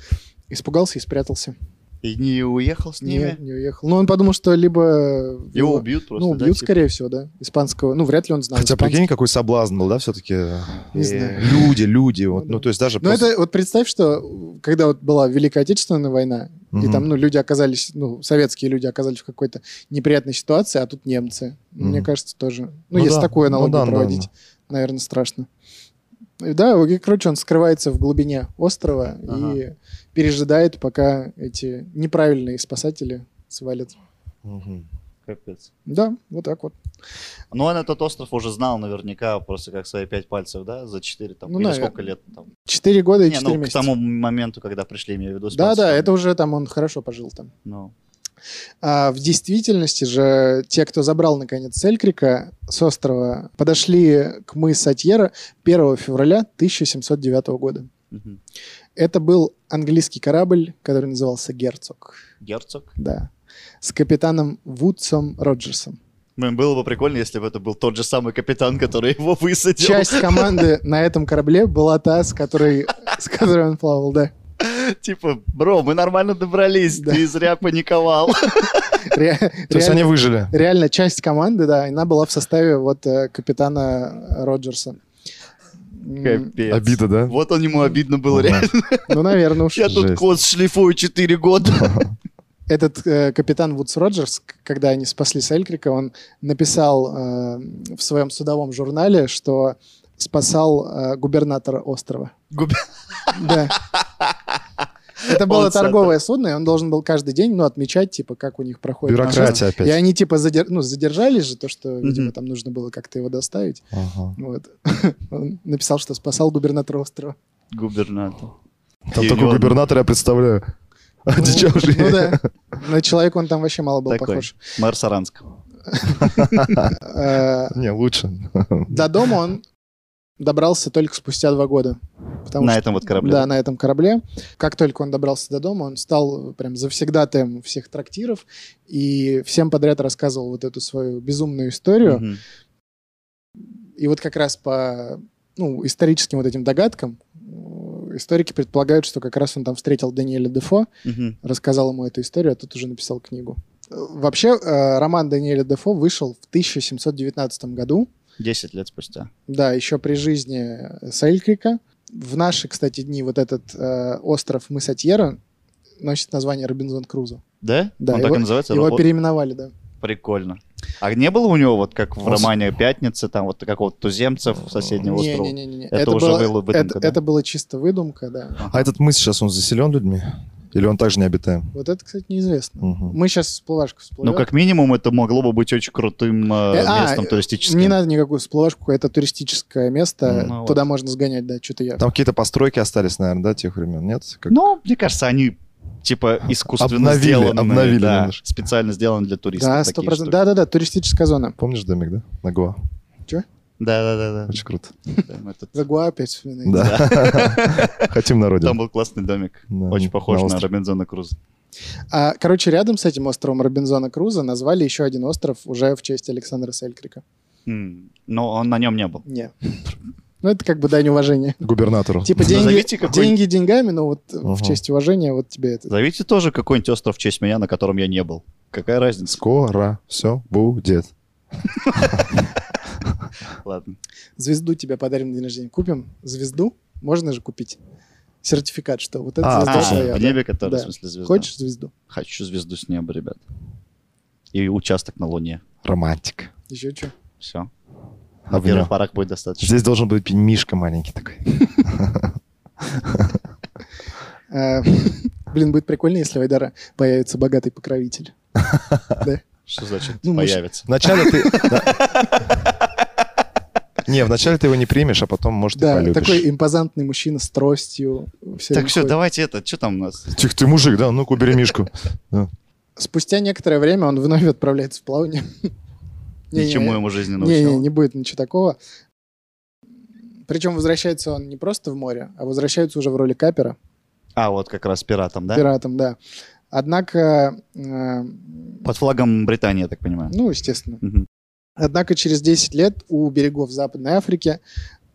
Speaker 2: испугался и спрятался.
Speaker 3: И не уехал с
Speaker 2: Не,
Speaker 3: ними?
Speaker 2: не уехал. Но он подумал, что либо...
Speaker 3: Его
Speaker 2: его-
Speaker 3: убьют просто,
Speaker 2: Ну,
Speaker 3: да,
Speaker 2: убьют,
Speaker 3: типа?
Speaker 2: скорее всего, да. Испанского. Ну, вряд ли он знал.
Speaker 1: Хотя,
Speaker 2: испанский.
Speaker 1: прикинь, какой соблазн был, да, все-таки?
Speaker 2: Не знаю.
Speaker 1: Люди, люди. вот,
Speaker 2: Ну да.
Speaker 1: Ну, то есть даже
Speaker 2: Ну,
Speaker 1: просто-
Speaker 2: это вот представь, что э, когда вот была Великая Отечественная война, и
Speaker 1: Мгм.
Speaker 2: там, ну, люди оказались, ну, советские люди оказались в какой-то неприятной ситуации, а тут немцы. Мне
Speaker 1: Мгм.
Speaker 2: кажется, тоже.
Speaker 1: Ну
Speaker 2: Ну, если
Speaker 1: да,
Speaker 2: такую
Speaker 1: ну
Speaker 2: аналогию
Speaker 1: да, да,
Speaker 2: проводить, наверное, страшно. И Да, и, короче, он скрывается в глубине острова и
Speaker 3: Ага.
Speaker 2: пережидает, пока эти неправильные спасатели свалят.
Speaker 1: Мгм.
Speaker 3: Капец.
Speaker 2: Да, вот так вот.
Speaker 3: Ну, он этот остров уже знал наверняка просто как свои пять пальцев, да, за четыре там,
Speaker 2: Ну,
Speaker 3: или
Speaker 2: наверное.
Speaker 3: сколько лет там.
Speaker 2: Четыре года и
Speaker 3: Не,
Speaker 2: четыре
Speaker 3: ну, к
Speaker 2: месяца.
Speaker 3: тому моменту, когда пришли, имею в виду.
Speaker 2: да,
Speaker 3: испанцы
Speaker 2: да,
Speaker 3: там.
Speaker 2: это уже там он хорошо пожил там.
Speaker 3: Ну,
Speaker 2: А в действительности же те, кто забрал наконец Селькрика с острова, подошли к мыс Атьера 1 февраля 1709 года.
Speaker 3: мгм.
Speaker 2: Это был английский корабль, который назывался «Герцог».
Speaker 3: Герцог.
Speaker 2: Да. С капитаном Вудсом Роджерсом.
Speaker 3: Блин, было бы прикольно, если бы это был тот же самый капитан, который его высадил.
Speaker 2: Часть команды на этом корабле была та, с которой, с которой он плавал, да.
Speaker 3: <laughs> Типа, бро, мы нормально добрались,
Speaker 2: Да.
Speaker 3: ты зря
Speaker 2: <laughs>
Speaker 3: паниковал.
Speaker 2: Ре-
Speaker 1: То есть
Speaker 2: реально-
Speaker 1: они выжили.
Speaker 2: Реально, часть команды, да, она была в составе вот э, капитана Роджерса. М,
Speaker 3: Капец.
Speaker 1: Обида, да?
Speaker 3: Вот он ему обидно было
Speaker 1: Ага.
Speaker 3: реально.
Speaker 2: Ну, наверное, уж.
Speaker 3: <laughs> Я тут
Speaker 1: Жесть.
Speaker 3: кос шлифую 4 года.
Speaker 2: Этот э, капитан Вудс Роджерс, к- когда они спасли Селькрика, он написал э, в своем судовом журнале, что спасал э, губернатора острова.
Speaker 3: Губ-
Speaker 2: Да. Это было
Speaker 3: Он сам-
Speaker 2: торговое судно, и он должен был каждый день, ну, отмечать, типа, как у них проходит маршрут.
Speaker 1: Бюрократия
Speaker 2: И
Speaker 1: опять.
Speaker 2: они, типа, задер- ну, задержались же, то, что, видимо,
Speaker 3: Мгм.
Speaker 2: там нужно было как-то его доставить. <laughs>
Speaker 1: Ага.
Speaker 2: Вот. Он написал, что спасал губернатора острова.
Speaker 3: Губернатор.
Speaker 1: Там
Speaker 3: И
Speaker 1: такой
Speaker 3: он-
Speaker 1: губернатор, я представляю. <laughs> Дича
Speaker 2: Ну,
Speaker 1: уже.
Speaker 2: Ну да. На человека он там вообще мало был
Speaker 3: Такой.
Speaker 2: похож.
Speaker 3: Мэр Саранска.
Speaker 2: Э,
Speaker 1: <laughs> Не, лучше.
Speaker 2: До дома он добрался только спустя два года. Потому
Speaker 3: На
Speaker 2: что-
Speaker 3: этом вот корабле.
Speaker 2: Да, на этом корабле. Как только он добрался до дома, он стал э, прям завсегдатаем всех трактиров и всем подряд рассказывал вот эту свою безумную историю.
Speaker 3: Мгм.
Speaker 2: И вот как раз по ну, историческим вот этим догадкам э, историки предполагают, что как раз он там встретил Даниэля Дефо,
Speaker 3: Мгм.
Speaker 2: рассказал ему эту историю, а тут уже написал книгу. Э, Вообще, э, роман Даниэля Дефо вышел в 1719 году,
Speaker 3: Десять лет спустя.
Speaker 2: да, еще при жизни Сайлькрика. В наши, кстати, дни вот этот э, остров Мысатьера носит название Робинзон Крузо.
Speaker 3: Да?
Speaker 2: Да,
Speaker 3: Он так
Speaker 2: его-
Speaker 3: и называется?
Speaker 2: Его
Speaker 3: О,
Speaker 2: переименовали, да.
Speaker 3: Прикольно. А не было у него, вот как в
Speaker 1: Он с-
Speaker 3: романе «Пятница», там вот какого-то туземца в соседнего острова?
Speaker 2: Не-не-не.
Speaker 3: Это уже
Speaker 2: было-
Speaker 3: была выдумка,
Speaker 2: это-
Speaker 3: да?
Speaker 2: это была чисто выдумка, да.
Speaker 1: А этот мыс сейчас, он заселен людьми? Или он также необитаем?
Speaker 2: Вот это, кстати, неизвестно.
Speaker 1: Мгм.
Speaker 2: Мы сейчас всплывашку всплывем.
Speaker 3: Ну, как минимум, это могло бы быть очень крутым э,
Speaker 2: Э, а,
Speaker 3: местом
Speaker 2: э,
Speaker 3: туристическим.
Speaker 2: Не надо никакую всплывашку, это туристическое место,
Speaker 3: Ну, ну
Speaker 2: туда можно сгонять, да, что-то я...
Speaker 1: Там какие-то постройки остались, наверное, да, тех времен, нет? Как-
Speaker 3: Ну, мне кажется, они типа искусственно
Speaker 1: Обновили,
Speaker 3: сделаны.
Speaker 1: обновили
Speaker 3: да,
Speaker 1: немножко.
Speaker 3: специально сделаны для туристов.
Speaker 2: Да,
Speaker 3: такие
Speaker 2: сто процентов.
Speaker 3: штуки.
Speaker 2: Да-да-да, туристическая зона.
Speaker 1: Помнишь домик, да? На Гоа.
Speaker 3: Да, да,
Speaker 2: <laughs>
Speaker 3: да, да.
Speaker 1: Очень круто.
Speaker 3: Там этот-
Speaker 2: Загуа опять вспоминает.
Speaker 1: Да. <laughs> Хотим на родину.
Speaker 3: Там был классный домик.
Speaker 1: Да,
Speaker 3: Очень похож
Speaker 1: на
Speaker 3: на,
Speaker 1: остров.
Speaker 3: Робинзона Круза.
Speaker 2: А, короче, рядом с этим островом Робинзона Круза назвали еще один остров уже в честь Александра Селькрика.
Speaker 3: М, Но он на нем не был.
Speaker 2: Не. Ну, это как бы дань уважения.
Speaker 1: Губернатору.
Speaker 2: Типа деньги,
Speaker 3: Назовите какой-нибудь-
Speaker 2: деньги деньгами, но вот в
Speaker 1: Ага.
Speaker 2: честь уважения вот тебе это.
Speaker 3: Зовите тоже какой-нибудь остров в честь меня, на котором я не был. Какая разница?
Speaker 1: Скоро все будет.
Speaker 3: Ладно.
Speaker 2: Звезду тебе подарим на день рождения. Купим звезду, можно же купить сертификат, что вот
Speaker 1: А,
Speaker 2: эта звезда
Speaker 1: точно,
Speaker 2: твоя,
Speaker 3: в
Speaker 2: да.
Speaker 3: небе, который, в
Speaker 2: Да.
Speaker 3: смысле, звезда.
Speaker 2: Хочешь звезду?
Speaker 3: Хочу звезду с неба, ребят. И участок на Луне.
Speaker 1: Романтик.
Speaker 2: Еще что?
Speaker 3: Все. На
Speaker 1: Обнял.
Speaker 3: первых порах будет достаточно.
Speaker 1: Здесь должен быть мишка маленький такой.
Speaker 2: Э, <laughs> Блин, будет прикольно, если у Айдара появится богатый покровитель.
Speaker 3: Что значит
Speaker 2: Ну, мы ж-
Speaker 3: появится?
Speaker 1: Вначале ты... Не, вначале ты его не примешь, а потом, может, и
Speaker 2: Да, такой
Speaker 1: полюбишь.
Speaker 2: импозантный мужчина с тростью. всё
Speaker 3: Так все,
Speaker 2: такое.
Speaker 3: давайте это, что там у нас?
Speaker 1: Тихо, ты мужик, да? Ну-ка,
Speaker 2: <laughs>
Speaker 1: убери мишку.
Speaker 2: Спустя некоторое время он вновь отправляется в плавание. <laughs> Не-не,
Speaker 3: Ничему ему жизнь не
Speaker 2: Не, не,
Speaker 3: научила.
Speaker 2: не будет ничего такого. Причем возвращается он не просто в море, а возвращается уже в роли капера,
Speaker 3: А, вот как раз пиратом, да?
Speaker 2: пиратом, да. Однако, э,
Speaker 3: Под флагом Британии, я так понимаю.
Speaker 2: ну, естественно.
Speaker 3: Мгм.
Speaker 2: Однако через 10 лет у берегов Западной Африки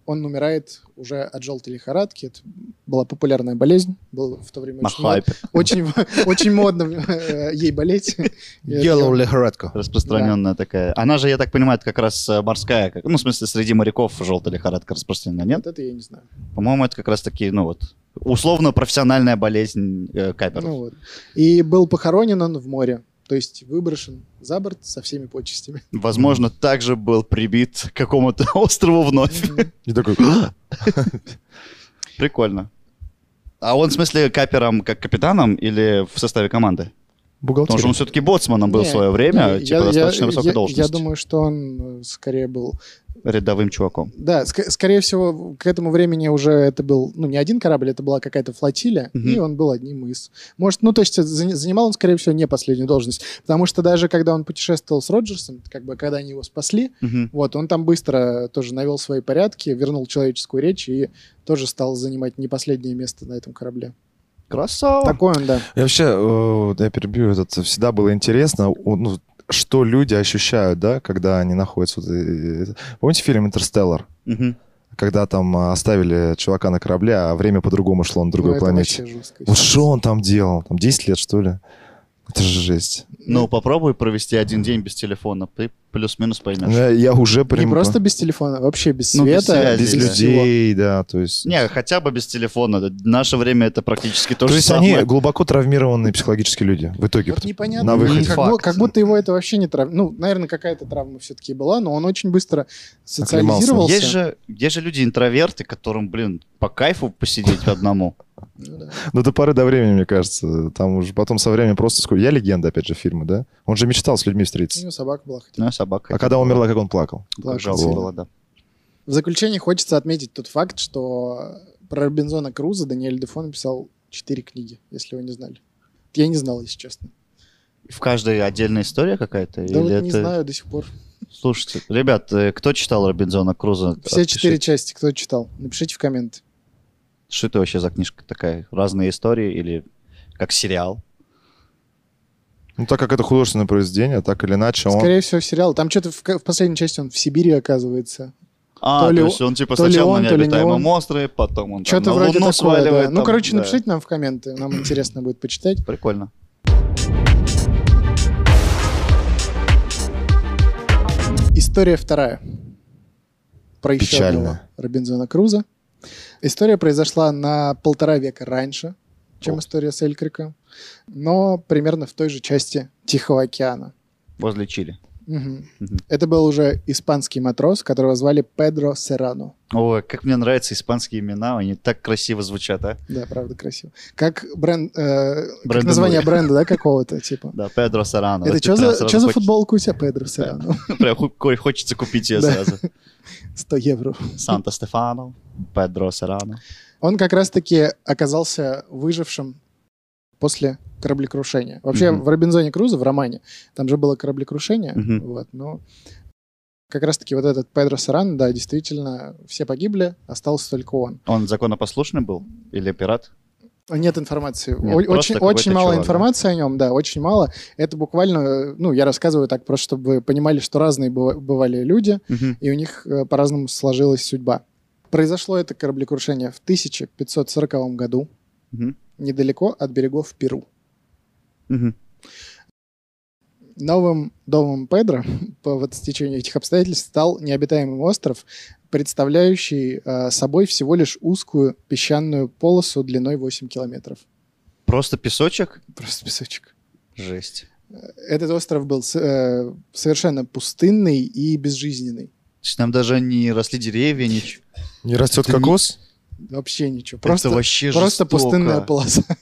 Speaker 2: он умирает уже от желтой лихорадки. Это была популярная болезнь, было в то время
Speaker 3: На
Speaker 2: очень мод-
Speaker 3: хайпе.
Speaker 2: очень, очень модно э, ей болеть.
Speaker 3: <laughs>
Speaker 1: лихорадку.
Speaker 3: Распространенная такая. Она же, я так понимаю, это как раз э, морская. как- Ну, в смысле, среди моряков желтая лихорадка распространена, нет?
Speaker 2: Нет, это я не знаю.
Speaker 3: По-моему, это как раз таки, ну вот, условно-профессиональная болезнь э, каперов.
Speaker 2: Ну вот. И был похоронен он в море. То есть выброшен за борт со всеми почестями.
Speaker 3: Возможно, также был прибит к какому-то <laughs> острову вновь.
Speaker 1: И такой... «А!»
Speaker 3: Прикольно. А он, в смысле, капером как капитаном или в составе команды? Потому что он
Speaker 1: Бухгалтер.
Speaker 3: все-таки боцманом был в
Speaker 2: Не,
Speaker 3: свое <laughs> время,
Speaker 2: Не,
Speaker 3: типа
Speaker 2: Ну, я-
Speaker 3: достаточно
Speaker 2: я-
Speaker 3: высокой
Speaker 2: я-
Speaker 3: должности.
Speaker 2: Я думаю, что он э, скорее был...
Speaker 3: Рядовым чуваком.
Speaker 2: Да, ск- скорее всего, к этому времени уже это был, ну, не один корабль, это была какая-то флотилия,
Speaker 3: Мгм.
Speaker 2: и он был одним из. Может, ну, то есть за- занимал он, скорее всего, не последнюю должность, потому что даже когда он путешествовал с Роджерсом, как бы когда они его спасли,
Speaker 3: Мгм.
Speaker 2: Вот, он там быстро тоже навел свои порядки, вернул человеческую речь и тоже стал занимать не последнее место на этом корабле.
Speaker 3: Красава.
Speaker 2: Такой он, да.
Speaker 1: Я вообще, э, я перебью, этот, всегда было интересно, у- ну, что люди ощущают, да, когда они находятся... вот, э, э, Помните фильм «Интерстеллар»?
Speaker 3: Мгм.
Speaker 1: Когда там а, оставили чувака на корабле, а время по-другому шло на
Speaker 2: Ну,
Speaker 1: другой
Speaker 2: это
Speaker 1: планете.
Speaker 2: вообще жестко.
Speaker 1: Вот что он там делал? Там 10 лет, что ли? Это же жесть.
Speaker 3: Ну, попробуй провести один день без телефона. Ты плюс-минус поймешь.
Speaker 1: Я, я уже прям...
Speaker 2: Не просто без телефона, вообще без
Speaker 3: Ну, без
Speaker 2: света.
Speaker 3: связи,
Speaker 1: без
Speaker 3: да.
Speaker 2: всего.
Speaker 1: людей, да, то есть...
Speaker 3: Не, хотя бы без телефона. В наше время это практически то,
Speaker 1: то
Speaker 3: же
Speaker 1: есть они
Speaker 3: самое.
Speaker 1: глубоко травмированные психологически люди в итоге.
Speaker 2: Вот
Speaker 1: потом-
Speaker 2: непонятно. ну,
Speaker 1: На выходе.
Speaker 2: Как,
Speaker 3: Факт.
Speaker 2: бу- как будто его это вообще не травма. Ну, наверное, какая-то травма все-таки была, но он очень быстро социализировался.
Speaker 3: Есть же, есть же люди-интроверты, которым, блин, по кайфу посидеть одному.
Speaker 2: Ну да.
Speaker 1: Ну, до поры до времени, мне кажется. Там уже потом со временем просто... сколько- Я легенда, опять же, фильма, да? Он же мечтал с людьми
Speaker 2: У
Speaker 1: встретиться.
Speaker 2: него собака была хотя бы.
Speaker 3: Ну, и собака.
Speaker 1: А когда умерла, как он плакал?
Speaker 3: Как
Speaker 2: плакала
Speaker 3: жалко
Speaker 1: сильно.
Speaker 3: было, да.
Speaker 2: В заключение хочется отметить тот факт, что про Робинзона Круза Даниэль Дефо написал четыре книги, если вы не знали. Я не знал, если честно.
Speaker 3: В каждой отдельная история какая-то?
Speaker 2: Да вот
Speaker 3: Или
Speaker 2: не
Speaker 3: это-
Speaker 2: знаю до сих пор.
Speaker 3: Слушайте, ребят, э, кто читал Робинзона Круза?
Speaker 2: Все
Speaker 3: Отпишите.
Speaker 2: четыре части, кто читал, напишите в комменты.
Speaker 3: Что это вообще за книжка такая? Разные истории или как сериал?
Speaker 1: Ну, так как это художественное произведение, так или иначе, он...
Speaker 2: Скорее всего, сериал. Там что-то в, ка- в последней части он в Сибири оказывается.
Speaker 3: А,
Speaker 2: То
Speaker 3: то,
Speaker 2: ли
Speaker 3: есть он типа
Speaker 2: то ли
Speaker 3: сначала
Speaker 2: он,
Speaker 3: на
Speaker 2: то ли не
Speaker 3: необитаемом
Speaker 2: он.
Speaker 3: острове, потом он там
Speaker 2: Что-то
Speaker 3: на
Speaker 2: вроде такое,
Speaker 3: Луну сваливает.
Speaker 2: да. Ну,
Speaker 3: там,
Speaker 2: короче,
Speaker 3: да.
Speaker 2: напишите нам в комменты, нам интересно будет почитать.
Speaker 3: Прикольно.
Speaker 2: История вторая. Про еще
Speaker 1: Печально.
Speaker 2: одного Робинзона Круза. История произошла на полтора века раньше, чем
Speaker 3: О.
Speaker 2: история с Элькриком, но примерно в той же части Тихого океана.
Speaker 3: Возле Чили.
Speaker 2: Мгм.
Speaker 3: Мгм.
Speaker 2: Это был уже испанский матрос, которого звали Педро Серрано.
Speaker 3: Ой, как мне нравятся испанские имена, они так красиво звучат, а?
Speaker 2: Да, правда, красиво. Как бренд... э, как
Speaker 3: Брендон
Speaker 2: название
Speaker 3: Луи.
Speaker 2: бренда, да, какого-то,
Speaker 3: <laughs>
Speaker 2: типа.
Speaker 3: Да, Педро Сарано.
Speaker 2: Это
Speaker 3: Вот
Speaker 2: что
Speaker 3: Ну, прям
Speaker 2: за,
Speaker 3: сразу
Speaker 2: чё за
Speaker 3: хоч-
Speaker 2: футболка у тебя, Педро <laughs> Серрано?
Speaker 3: Прям ху- ко- хочется купить ее
Speaker 2: Да.
Speaker 3: сразу.
Speaker 2: 100 евро.
Speaker 3: Санта Стефано, Педро Сарано.
Speaker 2: Он как раз-таки оказался выжившим после кораблекрушения. Вообще
Speaker 3: Мгм.
Speaker 2: в Робинзоне Крузо, в романе, там же было кораблекрушение,
Speaker 3: Мгм.
Speaker 2: вот, но как раз-таки вот этот Педро Саран, да, действительно, все погибли, остался только он.
Speaker 3: Он законопослушный был? Или пират?
Speaker 2: Нет информации.
Speaker 3: Нет,
Speaker 2: О-
Speaker 3: просто
Speaker 2: очень
Speaker 3: какой-то
Speaker 2: очень мало
Speaker 3: чувак, да.
Speaker 2: информации о нем, да, очень мало. Это буквально, э, ну, я рассказываю так просто, чтобы вы понимали, что разные быва- бывали люди.
Speaker 3: Мгм.
Speaker 2: и у них э, по-разному сложилась судьба. Произошло это кораблекрушение в 1540 году,
Speaker 3: Мгм.
Speaker 2: недалеко от берегов Перу.
Speaker 3: Мгм.
Speaker 2: Новым домом Педро <laughs> по вот стечению этих обстоятельств стал необитаемый остров, представляющий э, собой всего лишь узкую песчаную полосу длиной 8 километров.
Speaker 3: Просто песочек?
Speaker 2: Просто песочек.
Speaker 3: Жесть.
Speaker 2: Этот остров был с- э, совершенно пустынный и безжизненный.
Speaker 3: То есть там даже не росли деревья, ничего.
Speaker 1: Не растет
Speaker 3: Это не-
Speaker 1: кокос?
Speaker 2: Вообще ничего. Просто,
Speaker 3: Это вообще
Speaker 2: просто
Speaker 3: жестоко.
Speaker 2: пустынная полоса. <laughs>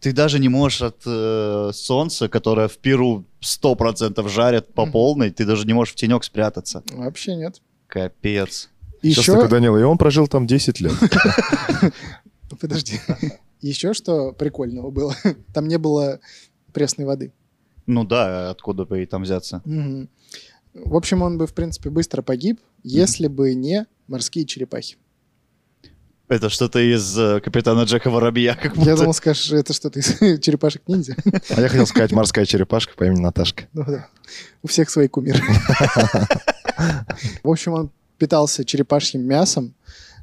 Speaker 3: Ты даже не можешь от э, солнца, которое в Перу 100% жарят по
Speaker 2: Мгм.
Speaker 3: полной, ты даже не можешь в тенек спрятаться.
Speaker 2: Вообще нет.
Speaker 3: Капец.
Speaker 1: Сейчас
Speaker 2: Еще-
Speaker 1: такой Данила. И он прожил там 10 лет.
Speaker 2: <laughs> Подожди. Еще что прикольного было, <laughs> там не было пресной воды.
Speaker 3: Ну да, откуда бы и там взяться.
Speaker 2: Мгм. В общем, он бы, в принципе, быстро погиб, если бы не морские черепахи.
Speaker 3: Это что-то из э, капитана Джека Воробья, как будто.
Speaker 2: Я думал, скажешь, это что-то из <laughs> черепашек ниндзя.
Speaker 1: <laughs>
Speaker 2: <laughs>
Speaker 1: А я хотел сказать морская черепашка по имени Наташка.
Speaker 2: Ну да. У всех свои кумиры. В общем, он питался черепашьим мясом.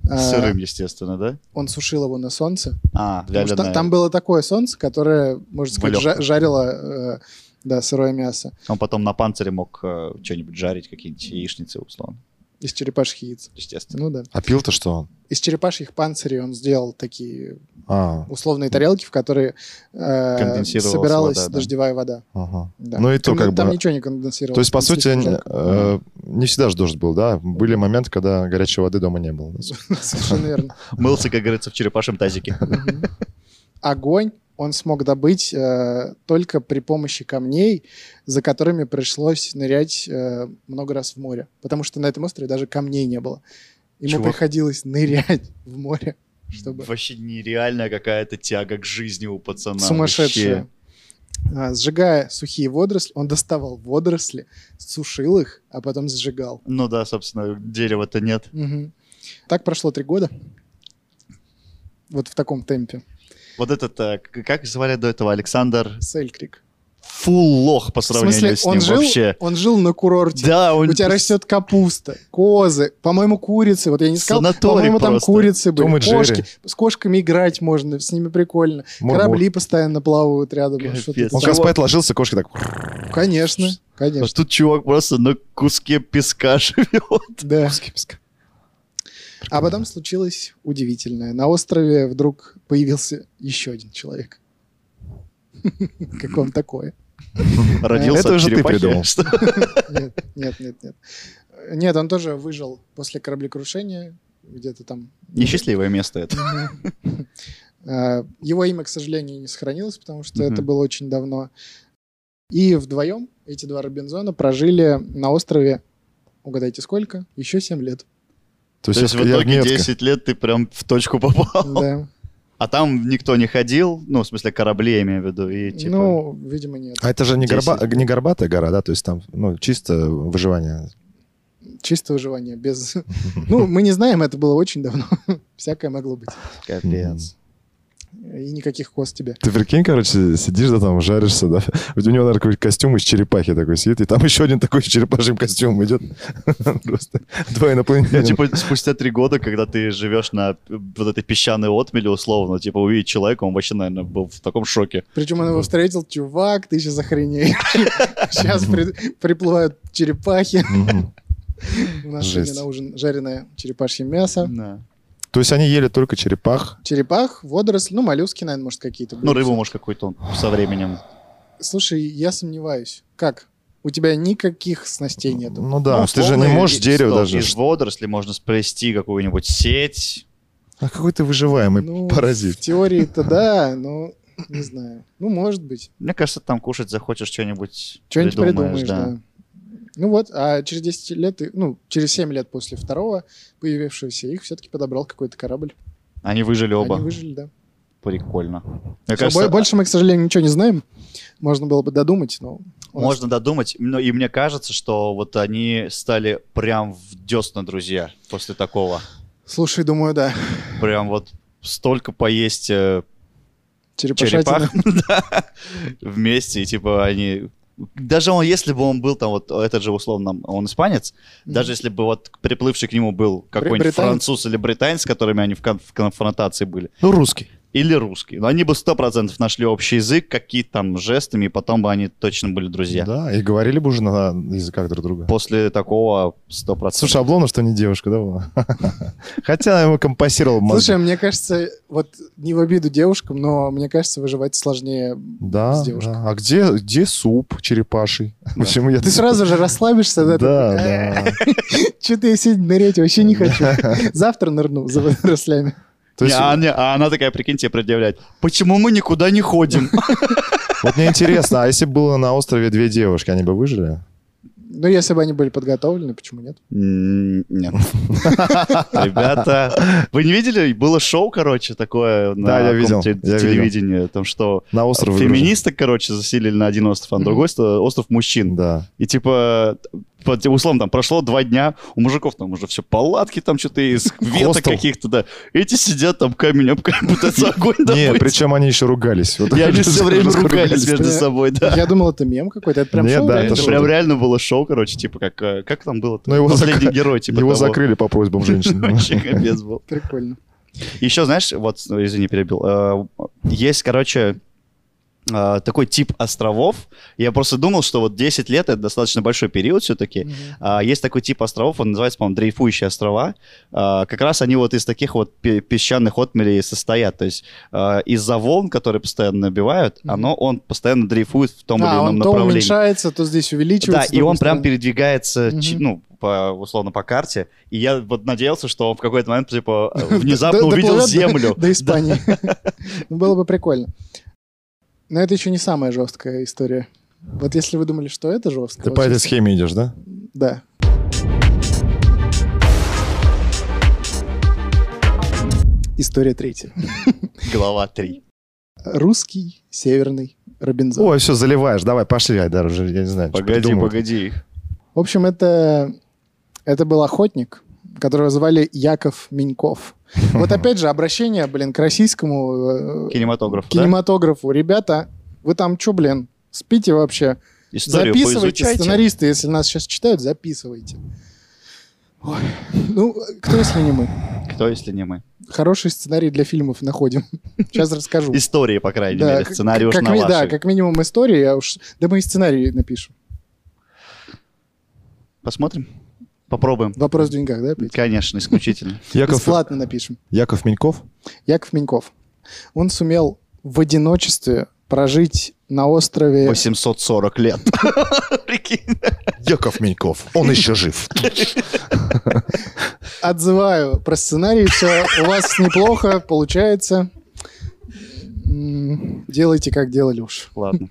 Speaker 2: А,
Speaker 3: Сырым, естественно, да?
Speaker 2: Он сушил его на солнце.
Speaker 3: А,
Speaker 2: Потому что
Speaker 3: вяленое.
Speaker 2: там было такое солнце, которое, можно сказать, жа-
Speaker 3: Вылёгко.
Speaker 2: жарило э, да, сырое мясо
Speaker 3: Он потом на панцире мог э, что-нибудь жарить, какие-нибудь яичницы, условно,
Speaker 2: из черепашьих яиц.
Speaker 3: естественно.
Speaker 2: Ну да.
Speaker 1: А пил-то что он?
Speaker 2: Из черепашьих панцирей он сделал такие
Speaker 1: А,
Speaker 2: условные тарелки, в которые э,
Speaker 3: Конденсировалась
Speaker 2: собиралась
Speaker 3: вода, да.
Speaker 2: дождевая вода.
Speaker 1: ага.
Speaker 2: Да.
Speaker 1: Ну и то
Speaker 2: там,
Speaker 1: как
Speaker 2: там
Speaker 1: бы-
Speaker 2: ничего не конденсировалось.
Speaker 1: То есть, по
Speaker 2: там
Speaker 1: сути,
Speaker 2: слишком
Speaker 1: э,
Speaker 2: жарко.
Speaker 1: э, не всегда же дождь был, да? Были моменты, когда горячей воды дома не
Speaker 2: <laughs>
Speaker 1: было.
Speaker 2: <laughs> Совершенно верно.
Speaker 3: Мылся, как говорится, в черепашем тазике.
Speaker 2: Мгм. Огонь он смог добыть э, только при помощи камней, за которыми пришлось нырять э, много раз в море. Потому что на этом острове даже камней не было. Ему
Speaker 3: Чувак.
Speaker 2: приходилось нырять <laughs> в море, <laughs> чтобы...
Speaker 3: Вообще нереальная какая-то тяга к жизни у пацана.
Speaker 2: сумасшедшие.
Speaker 3: вообще.
Speaker 2: А, Сжигая сухие водоросли, он доставал водоросли, сушил их, а потом сжигал.
Speaker 3: Ну да, собственно, дерева-то нет.
Speaker 2: Мгм. Так прошло три года. Вот в таком темпе.
Speaker 3: Вот этот, э, к- как звали до этого, Александр
Speaker 2: Селькрик.
Speaker 3: фул лох по
Speaker 2: В смысле,
Speaker 3: сравнению с
Speaker 2: он
Speaker 3: ним
Speaker 2: жил,
Speaker 3: вообще.
Speaker 2: он жил на курорте.
Speaker 3: Да, он...
Speaker 2: У тебя растет капуста, козы, по-моему, курицы. Вот я не сказал,
Speaker 3: Санаторий
Speaker 2: по-моему, там
Speaker 3: просто.
Speaker 2: курицы были,
Speaker 1: Том и Джерри.
Speaker 2: кошки. С кошками играть можно, с ними прикольно.
Speaker 1: Мур-мур.
Speaker 2: Корабли постоянно плавают рядом.
Speaker 3: Капец.
Speaker 2: что-то
Speaker 1: Он
Speaker 3: Чего?
Speaker 1: как спать ложился, кошки так...
Speaker 2: там. Конечно,
Speaker 3: А
Speaker 2: конечно,
Speaker 3: Тут чувак просто на куске песка живет.
Speaker 2: да.
Speaker 1: Куски песка.
Speaker 2: А потом случилось удивительное. На острове вдруг появился еще один человек. <laughs> Как вам такое?
Speaker 3: Родился
Speaker 1: Это
Speaker 3: от
Speaker 1: уже ты
Speaker 3: черепахи.
Speaker 1: придумал.
Speaker 3: <laughs> Что?
Speaker 2: Нет, нет, нет, нет. Нет, он тоже выжил после кораблекрушения, где-то там.
Speaker 3: Несчастливое место это.
Speaker 2: Э, Его имя, к сожалению, не сохранилось, потому что
Speaker 3: Мгм.
Speaker 2: это было очень давно. И вдвоем эти два Робинзона прожили на острове, угадайте сколько, еще 7 лет.
Speaker 1: То
Speaker 3: То есть в итоге 10 лет ты прям в точку попал.
Speaker 2: Да.
Speaker 3: А там никто не ходил, ну, в смысле, корабли, я имею в виду, и типа...
Speaker 2: Ну, видимо, нет.
Speaker 1: А это же не,
Speaker 3: 10
Speaker 1: горба- не горбатая гора, да? То есть там ну, чисто выживание.
Speaker 2: Чисто выживание. Без... Ну, мы не знаем, это было очень давно. <laughs> Всякое могло быть.
Speaker 3: Капец.
Speaker 2: И никаких коз тебе.
Speaker 1: Ты прикинь, короче, сидишь, да, там, жаришься, да? У него, наверное, какой-то костюм из черепахи такой сидит, и там <laughs> еще один такой с черепашьим костюмом идет. <laughs> Просто два
Speaker 3: Ну,
Speaker 1: инопланетянина.
Speaker 3: типа, спустя три года, когда ты живешь на э, вот этой песчаной отмеле, условно, типа, увидеть человека, он вообще, наверное, был в таком шоке.
Speaker 2: Причем он его встретил, чувак, ты сейчас охренеешь. <laughs> Сейчас приплывают черепахи.
Speaker 1: Мгм.
Speaker 2: У нас сегодня
Speaker 1: Жесть.
Speaker 2: на ужин жареное черепашье мясо.
Speaker 3: Да.
Speaker 1: То есть они ели только черепах.
Speaker 2: Черепах, водоросли, ну, моллюски, наверное, может, какие-то были.
Speaker 3: Ну, рыбу, может, какую-то он со временем.
Speaker 2: Слушай, я сомневаюсь. Как? У тебя никаких снастей нет.
Speaker 1: Ну да,
Speaker 3: Ну,
Speaker 1: ты же не
Speaker 3: условно,
Speaker 1: можешь
Speaker 3: и-
Speaker 1: дерево
Speaker 3: стоп,
Speaker 1: даже.
Speaker 3: Из водорослей можно сплести какую-нибудь сеть.
Speaker 1: А какой ты выживаемый
Speaker 2: Ну, В
Speaker 1: паразит.
Speaker 2: теории-то да, но не знаю. Ну, может быть.
Speaker 3: Мне кажется, там кушать захочешь что-нибудь
Speaker 2: Что-нибудь придумаешь, да. Ну вот, а через 10 лет, и- ну, через 7 лет после второго появившегося, их все-таки подобрал какой-то корабль.
Speaker 3: Они выжили оба.
Speaker 2: Они выжили, да.
Speaker 3: Прикольно.
Speaker 2: Всё,
Speaker 3: Мне кажется,
Speaker 2: бо- Больше мы, к сожалению, ничего не знаем. Можно было бы додумать, но... у нас-
Speaker 3: можно додумать. Но и мне кажется, что вот они стали прям в десна друзья после такого.
Speaker 2: Слушай, думаю, да.
Speaker 3: Прям вот столько поесть э,
Speaker 2: Черепашатина.
Speaker 3: черепах <laughs> да, вместе, и типа они... Даже он, если бы он был там, вот этот же условно, он испанец, даже если бы вот приплывший к нему был какой-нибудь
Speaker 2: британец.
Speaker 3: француз или британец, с которыми они в, кон- в конфронтации были,
Speaker 1: Ну, русский.
Speaker 3: или русский, но они бы 100% нашли общий язык, какие-то там жестами, и потом бы они точно были друзья.
Speaker 1: Да, и говорили бы уже на языках друг друга.
Speaker 3: После такого 100%.
Speaker 1: Слушай, Облонов, что не девушка, да? была? <laughs> Хотя она ему компасировал
Speaker 2: Слушай,
Speaker 1: мозги.
Speaker 2: мне кажется, вот не в обиду девушкам, но мне кажется, выживать сложнее.
Speaker 1: Да,
Speaker 2: с девушкой.
Speaker 1: да. А где, где суп черепаший? Почему я...
Speaker 2: Ты сразу же расслабишься, да?
Speaker 1: Да,
Speaker 2: <laughs>
Speaker 1: да.
Speaker 2: Что-то я сегодня нырять вообще не хочу. Завтра нырну за <laughs> водорослями.
Speaker 1: То есть,
Speaker 3: Не, а, не, а она такая, прикинь, тебе предъявляет. Почему мы никуда не ходим?
Speaker 1: вот мне интересно, а если было на острове две девушки, они бы выжили?
Speaker 2: Ну, если бы они были подготовлены, почему нет?
Speaker 3: М, Нет. Ребята, вы не видели? Было шоу, короче, такое
Speaker 1: Да, я
Speaker 3: на
Speaker 1: видел,
Speaker 3: каком-то те-
Speaker 1: я видел.
Speaker 3: телевидении. Там что,
Speaker 1: На остров выгружен.
Speaker 3: феминисток, короче, заселили на один остров, а на
Speaker 2: Мгм.
Speaker 3: другой остров остров мужчин. <laughs>
Speaker 1: Да.
Speaker 3: И типа, под- условно, там прошло два дня, у мужиков там уже все палатки там что-то из
Speaker 1: <laughs>
Speaker 3: веток
Speaker 1: Хостел.
Speaker 3: каких-то, да. Эти сидят там камень <laughs> об камень, пытаются огонь
Speaker 1: <laughs> Не,
Speaker 3: добыть.
Speaker 1: причем они еще ругались. Вот <laughs>
Speaker 3: И они все время
Speaker 1: Жестко
Speaker 3: ругались между
Speaker 2: да.
Speaker 3: собой, да.
Speaker 2: Я думал, это мем какой-то. Это прям
Speaker 1: Нет,
Speaker 2: шоу.
Speaker 1: да,
Speaker 2: реально
Speaker 1: это
Speaker 3: Это
Speaker 2: было?
Speaker 1: шоу.
Speaker 3: прям реально было шоу, короче, типа как, э, как там было?
Speaker 1: Ну, его
Speaker 3: Последний
Speaker 1: закры-
Speaker 3: герой, типа
Speaker 1: Его
Speaker 3: того.
Speaker 1: закрыли по просьбам женщин.
Speaker 3: <laughs> Вообще капец был.
Speaker 2: Прикольно.
Speaker 3: Еще, знаешь, вот, ну, извини, перебил. Э, Есть, короче, э, такой тип островов. Я просто думал, что вот 10 лет — это достаточно большой период все-таки.
Speaker 2: Мгм.
Speaker 3: А, Есть такой тип островов, он называется, по-моему, дрейфующие острова. А, Как раз они вот из таких вот пе- песчаных отмелей и состоят. То есть а, из-за волн, которые постоянно набивают,
Speaker 2: Мгм.
Speaker 3: оно, он постоянно дрейфует в том или
Speaker 2: А,
Speaker 3: ином
Speaker 2: он то
Speaker 3: направлении.
Speaker 2: уменьшается, то здесь увеличивается.
Speaker 3: Да,
Speaker 2: с
Speaker 3: и
Speaker 2: другой
Speaker 3: он прям
Speaker 2: стороны.
Speaker 3: передвигается,
Speaker 2: Мгм.
Speaker 3: чи- ну, по, условно, по карте. И я вот надеялся, что он в какой-то
Speaker 2: <laughs>
Speaker 3: момент, типа, внезапно
Speaker 2: Д-
Speaker 3: увидел
Speaker 2: доплывет до-
Speaker 3: землю.
Speaker 2: До Испании. <laughs> Ну, Было бы прикольно. Но это еще не самая жесткая история. Вот если вы думали, что это жестко...
Speaker 1: Ты
Speaker 2: вот
Speaker 1: по этой
Speaker 2: сейчас-
Speaker 1: схеме идешь, да?
Speaker 2: Да. История третья.
Speaker 3: Глава 3.
Speaker 2: Русский северный Робинзон.
Speaker 1: Ой, все, заливаешь. Давай, пошли, Айдар, уже, я не знаю. типа, что придумывать.
Speaker 3: погоди.
Speaker 2: В общем, это, это был охотник, которого звали Яков
Speaker 3: <laughs>
Speaker 2: Меньков. Вот опять же, обращение, блин, к российскому э,
Speaker 3: Кинематограф, да?
Speaker 2: кинематографу. Ребята, вы там что, блин, Спите вообще.
Speaker 3: Историю
Speaker 2: записывайте,
Speaker 3: поизучайте.
Speaker 2: сценаристы, если нас сейчас читают, записывайте. Ой, Ну, кто если не мы?
Speaker 3: Кто, если не мы?
Speaker 2: Хороший сценарий для фильмов находим. <laughs> Сейчас расскажу.
Speaker 3: Истории, по крайней
Speaker 2: Да,
Speaker 3: мере.
Speaker 2: как-
Speaker 3: Сценарий уж
Speaker 2: как
Speaker 3: на
Speaker 2: ми- Да,
Speaker 3: вашей.
Speaker 2: как минимум истории, а уж... Да мы и сценарий напишем.
Speaker 3: Посмотрим? Попробуем.
Speaker 2: Вопрос в деньгах, да, опять?
Speaker 3: Конечно,
Speaker 2: <laughs>
Speaker 3: исключительно.
Speaker 1: Яков,
Speaker 2: Бесплатно напишем.
Speaker 1: Яков
Speaker 3: <laughs>
Speaker 1: Миньков?
Speaker 2: Яков Меньков. Он сумел в одиночестве прожить на острове... <laughs>
Speaker 3: 840 лет. Прикинь.
Speaker 1: Яков Миньков, он еще <laughs> жив.
Speaker 2: Отзываю про сценарий, все у вас неплохо получается. М, Делайте, как делали уж.
Speaker 3: Ладно.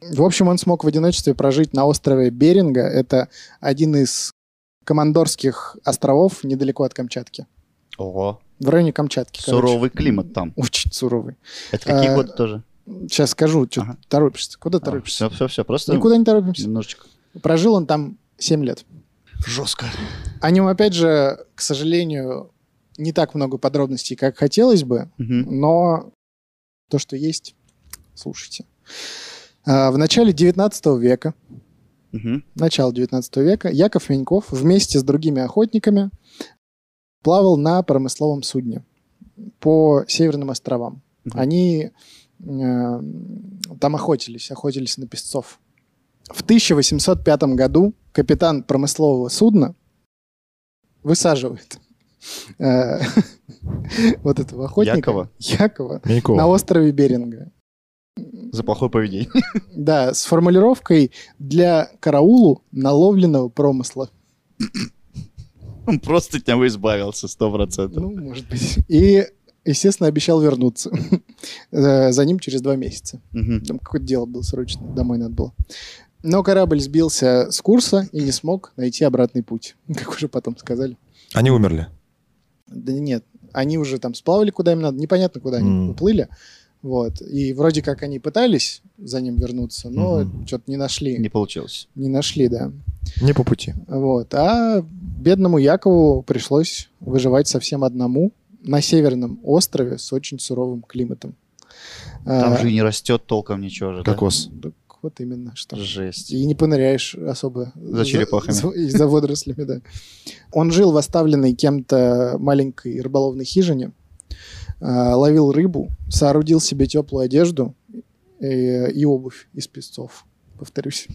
Speaker 2: В общем, он смог в одиночестве прожить на острове Беринга. Это один из командорских островов недалеко от Камчатки.
Speaker 3: Ого.
Speaker 2: В районе Камчатки, короче.
Speaker 3: Суровый климат там.
Speaker 2: Очень суровый.
Speaker 3: Это какие
Speaker 2: А,
Speaker 3: годы тоже?
Speaker 2: Сейчас скажу, что
Speaker 3: Ага. А,
Speaker 2: торопишься. Куда торопишься?
Speaker 3: Все, все, все. Просто
Speaker 2: Никуда не торопимся.
Speaker 3: немножечко.
Speaker 2: Прожил он там 7 лет.
Speaker 3: Жестко.
Speaker 2: О нем, опять же, к сожалению, не так много подробностей, как хотелось бы, но то, что есть, слушайте. А, В начале 19 века, начало 19 века, Яков Меньков вместе с другими охотниками плавал на промысловом судне по Северным островам.
Speaker 3: Мгм.
Speaker 2: Они э, там охотились, охотились на песцов. В 1805 году капитан промыслового судна высаживает э, <laughs> вот этого охотника.
Speaker 3: Якова?
Speaker 2: Якова
Speaker 1: Миньков.
Speaker 2: на острове Беринга.
Speaker 3: За плохое поведение.
Speaker 2: Да, с формулировкой «для караулу наловленного промысла».
Speaker 3: Он просто от него избавился, сто процентов.
Speaker 2: Ну, может быть. И, естественно, обещал вернуться. <laughs> Э, За ним через два месяца.
Speaker 3: Мгм.
Speaker 2: Там какое-то дело было срочно, домой надо было. Но корабль сбился с курса и не смог найти обратный путь, <laughs> как уже потом сказали.
Speaker 1: Они умерли.
Speaker 2: Да нет, они уже там сплавали куда им надо, непонятно куда они
Speaker 1: Мгм.
Speaker 2: уплыли. Вот. И вроде как они пытались за ним вернуться, но
Speaker 1: Мгм.
Speaker 2: что-то не нашли.
Speaker 3: Не получилось.
Speaker 2: не нашли, да.
Speaker 1: Не по пути.
Speaker 2: Вот. А бедному Якову пришлось выживать совсем одному на северном острове с очень суровым климатом.
Speaker 3: Там
Speaker 2: А,
Speaker 3: же и не растет толком ничего же. да?
Speaker 1: Кокос.
Speaker 2: так вот именно что.
Speaker 3: Жесть.
Speaker 2: И не поныряешь особо.
Speaker 3: За черепахами.
Speaker 2: за- и за водорослями, да. Он жил в оставленной кем-то маленькой рыболовной хижине, а, ловил рыбу, соорудил себе теплую одежду э, и обувь из песцов. Повторюсь.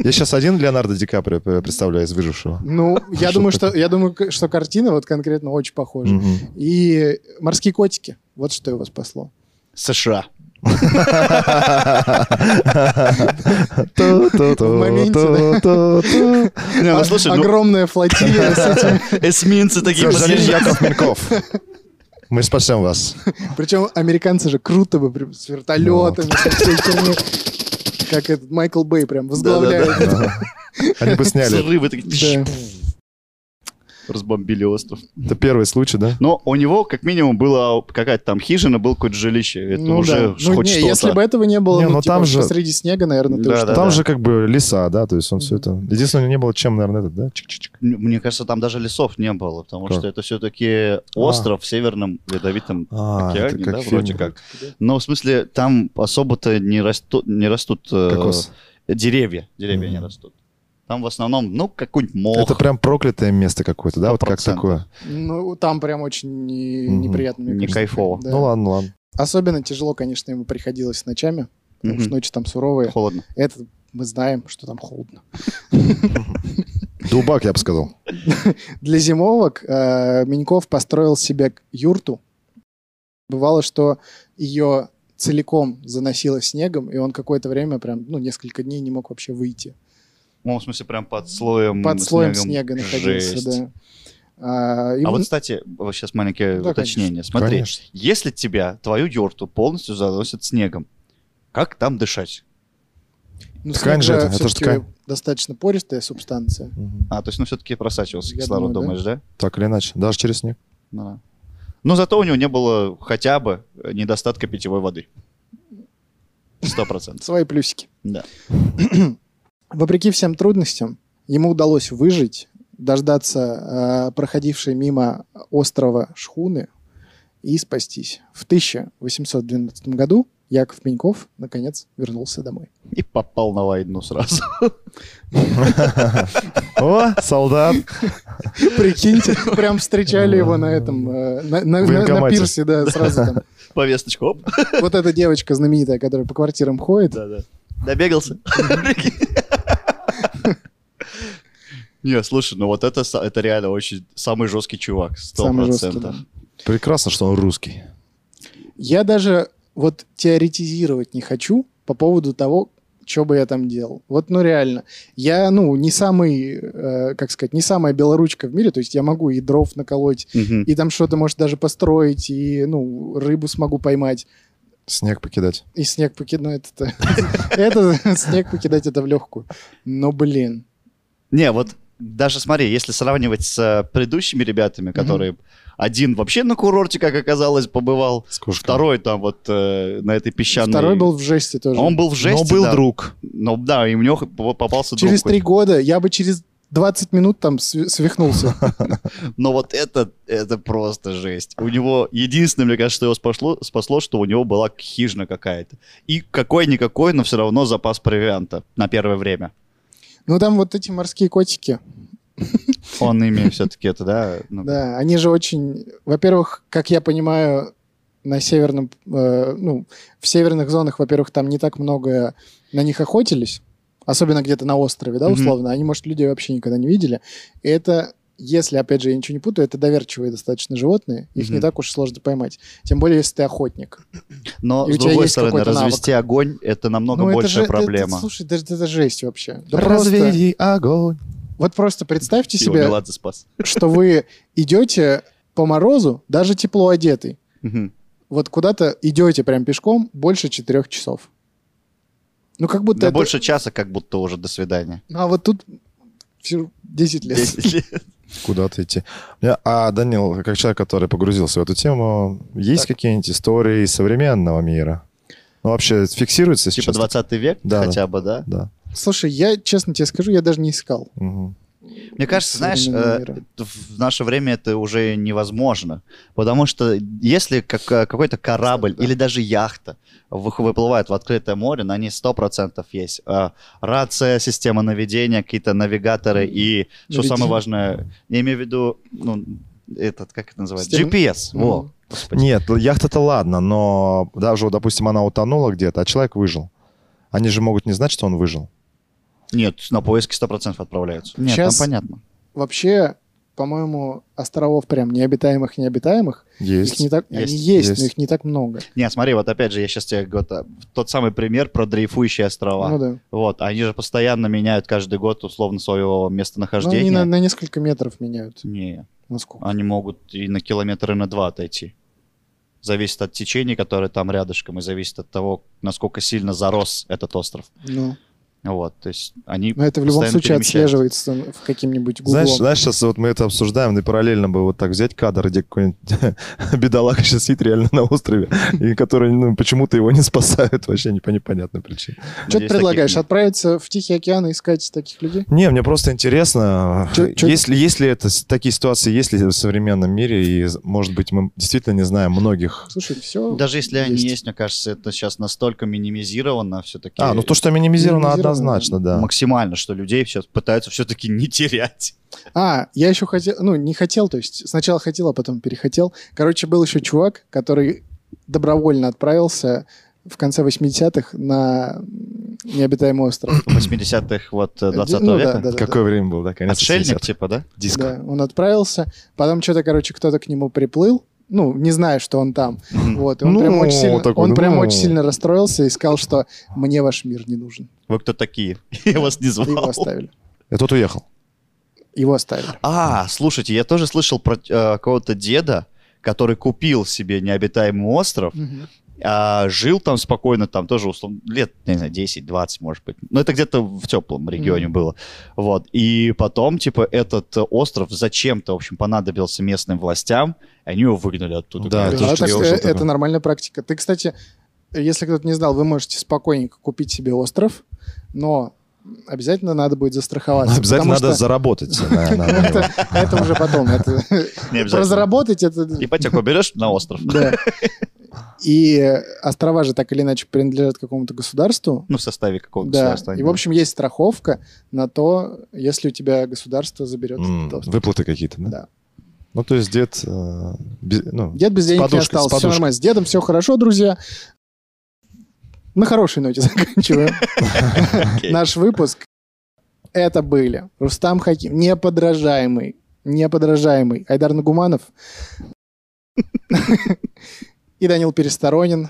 Speaker 1: Я сейчас один Леонардо Ди Каприо э, представляю из выжившего.
Speaker 2: Ну, я
Speaker 1: Что
Speaker 2: думаю,
Speaker 1: такое?
Speaker 2: что я думаю, к- что картина вот конкретно очень похожа.
Speaker 1: Мгм.
Speaker 2: И морские котики. Вот что его спасло.
Speaker 3: США. <laughs>
Speaker 1: Ту-ту-ту,
Speaker 2: В моменте, да.
Speaker 1: ту-ту-ту.
Speaker 3: Не, ну,
Speaker 2: А-
Speaker 3: слушай, ну,
Speaker 2: Огромная флотилия
Speaker 3: <laughs>
Speaker 2: с этими.
Speaker 3: эсминцы такие
Speaker 1: Всё, залезь,
Speaker 3: посреди.
Speaker 1: Яков Миньков. Мы спасем вас.
Speaker 2: Причем американцы же круто бы при- с
Speaker 3: Ну.
Speaker 2: вертолетами, со всей херней. Как этот Майкл Бэй прям возглавляет.
Speaker 1: Ага. Они бы сняли.
Speaker 3: Взрывы такие.
Speaker 2: Да.
Speaker 3: Разбомбили остров.
Speaker 1: Это первый случай, да?
Speaker 3: Но у него, как минимум, была какая-то там хижина, был какое-то жилище. Это
Speaker 2: Ну да.
Speaker 3: уже
Speaker 2: Ну
Speaker 3: хоть
Speaker 2: не,
Speaker 3: что-то.
Speaker 2: если бы этого не было,
Speaker 1: Не,
Speaker 2: ну,
Speaker 1: ну
Speaker 2: типа,
Speaker 1: там же-
Speaker 2: посреди снега, наверное, ты
Speaker 3: Да,
Speaker 2: уж-
Speaker 3: да.
Speaker 1: Там же как бы леса, да, то есть он все это... Единственное, не было чем, наверное, этот, да? Чик-чик-чик.
Speaker 3: М- Мне кажется, там даже лесов не было, потому
Speaker 1: Как?
Speaker 3: что это все-таки остров в Северном Ледовитом
Speaker 1: А, это
Speaker 3: океане,
Speaker 1: как
Speaker 3: да,
Speaker 1: в
Speaker 3: вроде
Speaker 1: фильме.
Speaker 3: как. Но в смысле, там особо-то не, растут, не растут э,
Speaker 1: Кокос.
Speaker 3: деревья. Деревья не
Speaker 1: Мгм.
Speaker 3: растут. Там в основном, ну, какой-нибудь мох.
Speaker 1: Это прям проклятое место какое-то, да? Вот как
Speaker 3: 100%.
Speaker 1: такое.
Speaker 2: Ну, там прям очень не-
Speaker 1: Мгм.
Speaker 2: неприятно. мне
Speaker 3: Не
Speaker 2: кажется.
Speaker 3: кайфово.
Speaker 2: Да.
Speaker 1: Ну ладно, ладно.
Speaker 2: Особенно тяжело, конечно, ему приходилось ночами, потому
Speaker 3: Мгм.
Speaker 2: что ночи там суровые.
Speaker 3: Холодно.
Speaker 2: Это мы знаем, что там холодно.
Speaker 1: Дубак, я бы сказал.
Speaker 2: Для зимовок э, Миньков построил себе к- юрту. Бывало, что ее целиком заносило снегом, и он какое-то время, прям, ну, несколько дней не мог вообще выйти.
Speaker 3: Ну, в смысле, прям под слоем
Speaker 2: Под слоем снега
Speaker 3: снегом.
Speaker 2: находился,
Speaker 3: Жесть.
Speaker 2: да. А, и
Speaker 3: А
Speaker 2: он-
Speaker 3: вот, кстати, сейчас маленькое
Speaker 2: Да,
Speaker 3: уточнение. Смотри,
Speaker 1: Конечно.
Speaker 3: если тебя, твою юрту полностью заносит снегом, как там дышать?
Speaker 2: ну,
Speaker 1: ткань
Speaker 2: снег
Speaker 1: же это, это же
Speaker 2: всё-таки
Speaker 1: ткань.
Speaker 2: достаточно пористая субстанция.
Speaker 1: Мгм.
Speaker 3: А, то есть, ну, все-таки просачивался
Speaker 2: Я
Speaker 3: кислород,
Speaker 2: думаю,
Speaker 3: думаешь, да? Ну
Speaker 1: Так или иначе, даже через снег.
Speaker 3: Да. Но зато у него не было хотя бы э, недостатка питьевой воды. Сто процентов.
Speaker 2: Свои плюсики.
Speaker 3: Да.
Speaker 2: <clears throat> Вопреки всем трудностям, ему удалось выжить, дождаться э, проходившей мимо острова Шхуны и спастись. В 1812 году Яков Пеньков, наконец, вернулся домой.
Speaker 3: И попал на войну сразу. <laughs>
Speaker 1: О, солдат.
Speaker 2: Прикиньте, <laughs> прям встречали его на этом, э, на- на на- на
Speaker 1: Военкомате.
Speaker 2: пирсе, да, сразу там.
Speaker 3: Повесточку, оп.
Speaker 2: Вот эта девочка знаменитая, которая по квартирам ходит.
Speaker 3: Да-да. Добегался. <laughs> Не, слушай, ну вот это, са- это реально очень самый жесткий чувак, сто
Speaker 2: Самый жесткий,
Speaker 3: процентов.
Speaker 1: Прекрасно, что он русский.
Speaker 2: Я даже вот теоретизировать не хочу по поводу того, что бы я там делал. Вот, ну, реально. Я, ну, не самый, э, как сказать, не самая белоручка в мире, то есть я могу и дров наколоть,
Speaker 3: Мгм.
Speaker 2: и там что-то, может, даже построить, и, ну, рыбу смогу поймать,
Speaker 1: Снег покидать.
Speaker 2: и снег покидать, ну, это, <laughs> это <laughs> снег покидать, это в легкую. Но, блин,
Speaker 3: Не, вот даже смотри, если сравнивать с э, предыдущими ребятами, которые один вообще на курорте, как оказалось, побывал,
Speaker 1: С кошками.
Speaker 3: второй там вот э, на этой песчаной...
Speaker 2: второй был в жести тоже.
Speaker 3: Он был в жести,
Speaker 1: Но был
Speaker 3: да.
Speaker 1: друг.
Speaker 3: Ну да, и у него п- попался друг.
Speaker 2: Через три
Speaker 3: хоть.
Speaker 2: года я бы через 20 минут там сви- свихнулся.
Speaker 3: Но вот это, это просто жесть. У него единственное, мне кажется, что его спасло, спасло, что у него была хижина какая-то. И какой-никакой, но все равно запас провианта на первое время.
Speaker 2: Ну, там вот эти морские котики,
Speaker 3: Он ими все-таки это, да? ну,
Speaker 2: Да, они же очень, во-первых, как я понимаю, на северном, э, ну, в северных зонах, во-первых, там не так много на них охотились, особенно где-то на острове, да,
Speaker 3: Мгм.
Speaker 2: условно. Они, может, людей вообще никогда не видели. И это, если, опять же, я ничего не путаю, это доверчивые достаточно животные, их не
Speaker 3: Мгм.
Speaker 2: так уж сложно поймать. Тем более, если ты охотник.
Speaker 3: Но,
Speaker 2: И у
Speaker 3: с
Speaker 2: тебя
Speaker 3: другой
Speaker 2: есть
Speaker 3: стороны,
Speaker 2: какой-то навык.
Speaker 3: развести огонь — это намного
Speaker 2: Ну, это же-
Speaker 3: большая
Speaker 2: это- это,
Speaker 3: проблема.
Speaker 2: слушай, да это, жесть вообще. Да просто,
Speaker 1: Разведи огонь.
Speaker 2: вот просто представьте
Speaker 3: Его
Speaker 2: себе,
Speaker 3: Меладзе спас.
Speaker 2: что вы идете по морозу, даже тепло одетый,
Speaker 3: Мгм.
Speaker 2: вот куда-то идете прям пешком больше четырех часов. Ну, как будто...
Speaker 3: Да
Speaker 2: это-
Speaker 3: больше часа как будто уже до свидания.
Speaker 2: Ну, а вот тут всё 10 лет.
Speaker 3: Десять <laughs> лет.
Speaker 1: Куда-то идти. Я- А, Данил, как человек, который погрузился в эту тему, есть
Speaker 2: Так.
Speaker 1: какие-нибудь истории из современного мира? Ну, вообще, фиксируется
Speaker 3: Типа
Speaker 1: сейчас?
Speaker 3: 20 век
Speaker 1: Да,
Speaker 3: хотя бы, да?
Speaker 1: Да.
Speaker 2: Слушай, я, честно тебе скажу, я даже не искал.
Speaker 1: Мгм.
Speaker 3: Мне кажется, знаешь,
Speaker 2: современного
Speaker 3: э,
Speaker 2: мира.
Speaker 3: в наше время это уже невозможно. Потому что если как- э, какой-то корабль
Speaker 2: Кстати, да.
Speaker 3: или даже яхта вых- выплывает в открытое море, на ней 100% есть э, рация, система наведения, какие-то навигаторы и, что
Speaker 2: Наведение.
Speaker 3: самое важное, я имею в виду, ну, этот, как это называется,
Speaker 2: Система-
Speaker 3: GPS. Во.
Speaker 2: Ну,
Speaker 3: Господи.
Speaker 1: Нет, л- яхта-то ладно, но даже, вот, допустим, она утонула где-то, а человек выжил. Они же могут не знать, что он выжил.
Speaker 3: Нет, на поиски 100% отправляются. Нет,
Speaker 2: Щас-
Speaker 3: там понятно.
Speaker 2: Вообще, по-моему, островов прям необитаемых, необитаемых. Их
Speaker 1: Есть.
Speaker 2: не так...
Speaker 3: Есть,
Speaker 2: Они есть, но
Speaker 1: есть.
Speaker 2: их не так много.
Speaker 3: Не, смотри, вот опять же, я сейчас тебе говорю, та- тот самый пример про дрейфующие острова.
Speaker 2: Ну да.
Speaker 3: Вот, они же постоянно меняют каждый год условно своего
Speaker 2: Ну, они
Speaker 3: местонахождения.
Speaker 2: на, на несколько метров меняют.
Speaker 3: Не,
Speaker 2: Насколько?
Speaker 3: они могут и на километр, и на два отойти. Зависит от течения, которое там рядышком, и зависит от того, насколько сильно зарос этот остров.
Speaker 2: Ну.
Speaker 3: Вот, то есть они...
Speaker 2: Но это в любом
Speaker 3: постоянно
Speaker 2: случае
Speaker 3: перемещаются.
Speaker 2: отслеживается в каким-нибудь гуглом.
Speaker 1: Знаешь, знаешь, сейчас вот мы это обсуждаем, и параллельно бы вот так взять кадр, где какой-нибудь <laughs> бедолага сейчас сидит реально на острове, и который ну, почему-то его не спасают вообще не по непонятной причине.
Speaker 2: Что ты
Speaker 3: Надеюсь,
Speaker 2: предлагаешь?
Speaker 3: таких
Speaker 2: Отправиться в Тихий океан и искать таких людей?
Speaker 1: Не, мне просто интересно,
Speaker 2: Чё- чё-
Speaker 1: если, если это с- такие ситуации есть ли в современном мире, и, может быть, мы действительно не знаем многих.
Speaker 2: Слушай,
Speaker 3: нет.
Speaker 2: все...
Speaker 3: Даже если они
Speaker 2: Есть.
Speaker 3: есть, мне кажется, это сейчас настолько минимизировано все-таки.
Speaker 1: А, ну то, что минимизировано,
Speaker 2: Минимизировано,
Speaker 1: однозначно, да.
Speaker 3: Максимально, что людей сейчас пытаются все-таки не терять.
Speaker 2: А, я еще хотел, ну, не хотел, то есть сначала хотел, а потом перехотел. Короче, был еще чувак, который добровольно отправился в конце 80-х на м, необитаемый остров.
Speaker 3: 80-х, вот, э, 20
Speaker 2: Ну да,
Speaker 3: века.
Speaker 2: да, да,
Speaker 1: Какое время было, да, конец
Speaker 3: Отшельник,
Speaker 1: 80-х.
Speaker 3: типа, да?
Speaker 1: Диско.
Speaker 2: Да, он отправился, потом что-то, короче, кто-то к нему приплыл, ну, не зная, что он там. Вот, и он
Speaker 1: Ну,
Speaker 2: прям очень сильно,
Speaker 1: такой,
Speaker 2: он прям
Speaker 1: ну.
Speaker 2: очень сильно расстроился и сказал, что мне ваш мир не нужен.
Speaker 3: Вы кто такие? <laughs> Я вас не
Speaker 2: И его
Speaker 1: <laughs>
Speaker 3: звал.
Speaker 2: оставили.
Speaker 1: И тот уехал.
Speaker 2: Его оставили.
Speaker 3: А, слушайте, я тоже слышал про э, какого-то деда, который купил себе необитаемый остров,
Speaker 2: Мгм.
Speaker 3: а жил там спокойно, там тоже условно, лет, не знаю, 10-20, может быть. Ну, это где-то в теплом регионе
Speaker 2: Мгм.
Speaker 3: было. Вот. И потом, типа, этот э, остров зачем-то, в общем, понадобился местным властям, и они его выгнали оттуда.
Speaker 1: Да,
Speaker 2: Да,
Speaker 1: это
Speaker 3: короче.
Speaker 1: тоже
Speaker 2: так
Speaker 1: А, я
Speaker 2: что
Speaker 1: уже
Speaker 2: ну, это
Speaker 1: такой.
Speaker 2: нормальная практика. Ты, кстати, если кто-то не знал, вы можете спокойненько купить себе остров, но обязательно надо будет застраховаться.
Speaker 1: Обязательно
Speaker 2: потому
Speaker 1: надо
Speaker 2: что-
Speaker 1: заработать. на- на-
Speaker 2: <laughs>
Speaker 1: на него.
Speaker 2: это, это уже потом. Это...
Speaker 3: Не обязательно. Типа,
Speaker 2: Разработать это...
Speaker 3: Ипотеку берешь на остров?
Speaker 2: Да. И острова же так или иначе принадлежат какому-то государству.
Speaker 3: <laughs> Ну, в составе какого-то
Speaker 2: Да.
Speaker 3: государства.
Speaker 2: И, в общем, есть страховка на то, если у тебя государство заберет.
Speaker 1: М,
Speaker 2: этот остров.
Speaker 1: Выплаты какие-то, да?
Speaker 2: Да.
Speaker 1: Ну, то есть дед... э, без- ну,
Speaker 2: Дед без денег
Speaker 1: подушкой,
Speaker 2: не
Speaker 1: с
Speaker 2: остался. Все
Speaker 1: подушкой.
Speaker 2: нормально. С дедом все хорошо, друзья. На хорошей ноте <laughs> заканчиваем
Speaker 3: Окей.
Speaker 2: наш выпуск. Это были Рустам Хаким, неподражаемый, неподражаемый Айдар Нагуманов <laughs> и Данил Пересторонин,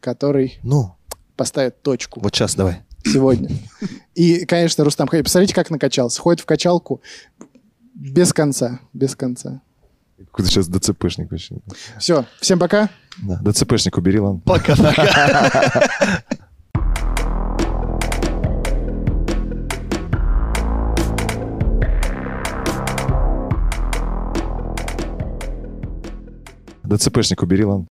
Speaker 2: который
Speaker 1: ну,
Speaker 2: поставит точку.
Speaker 1: вот сейчас давай.
Speaker 2: сегодня. И, конечно, Рустам Хакимов. Посмотрите, как накачался. Ходит в качалку без конца, без конца.
Speaker 1: Куда сейчас ДЦПшник вообще?
Speaker 2: Все, всем пока.
Speaker 1: Да, ДЦПшник убери, ладно.
Speaker 3: <laughs> Пока.
Speaker 1: ДЦПшник убери, ладно.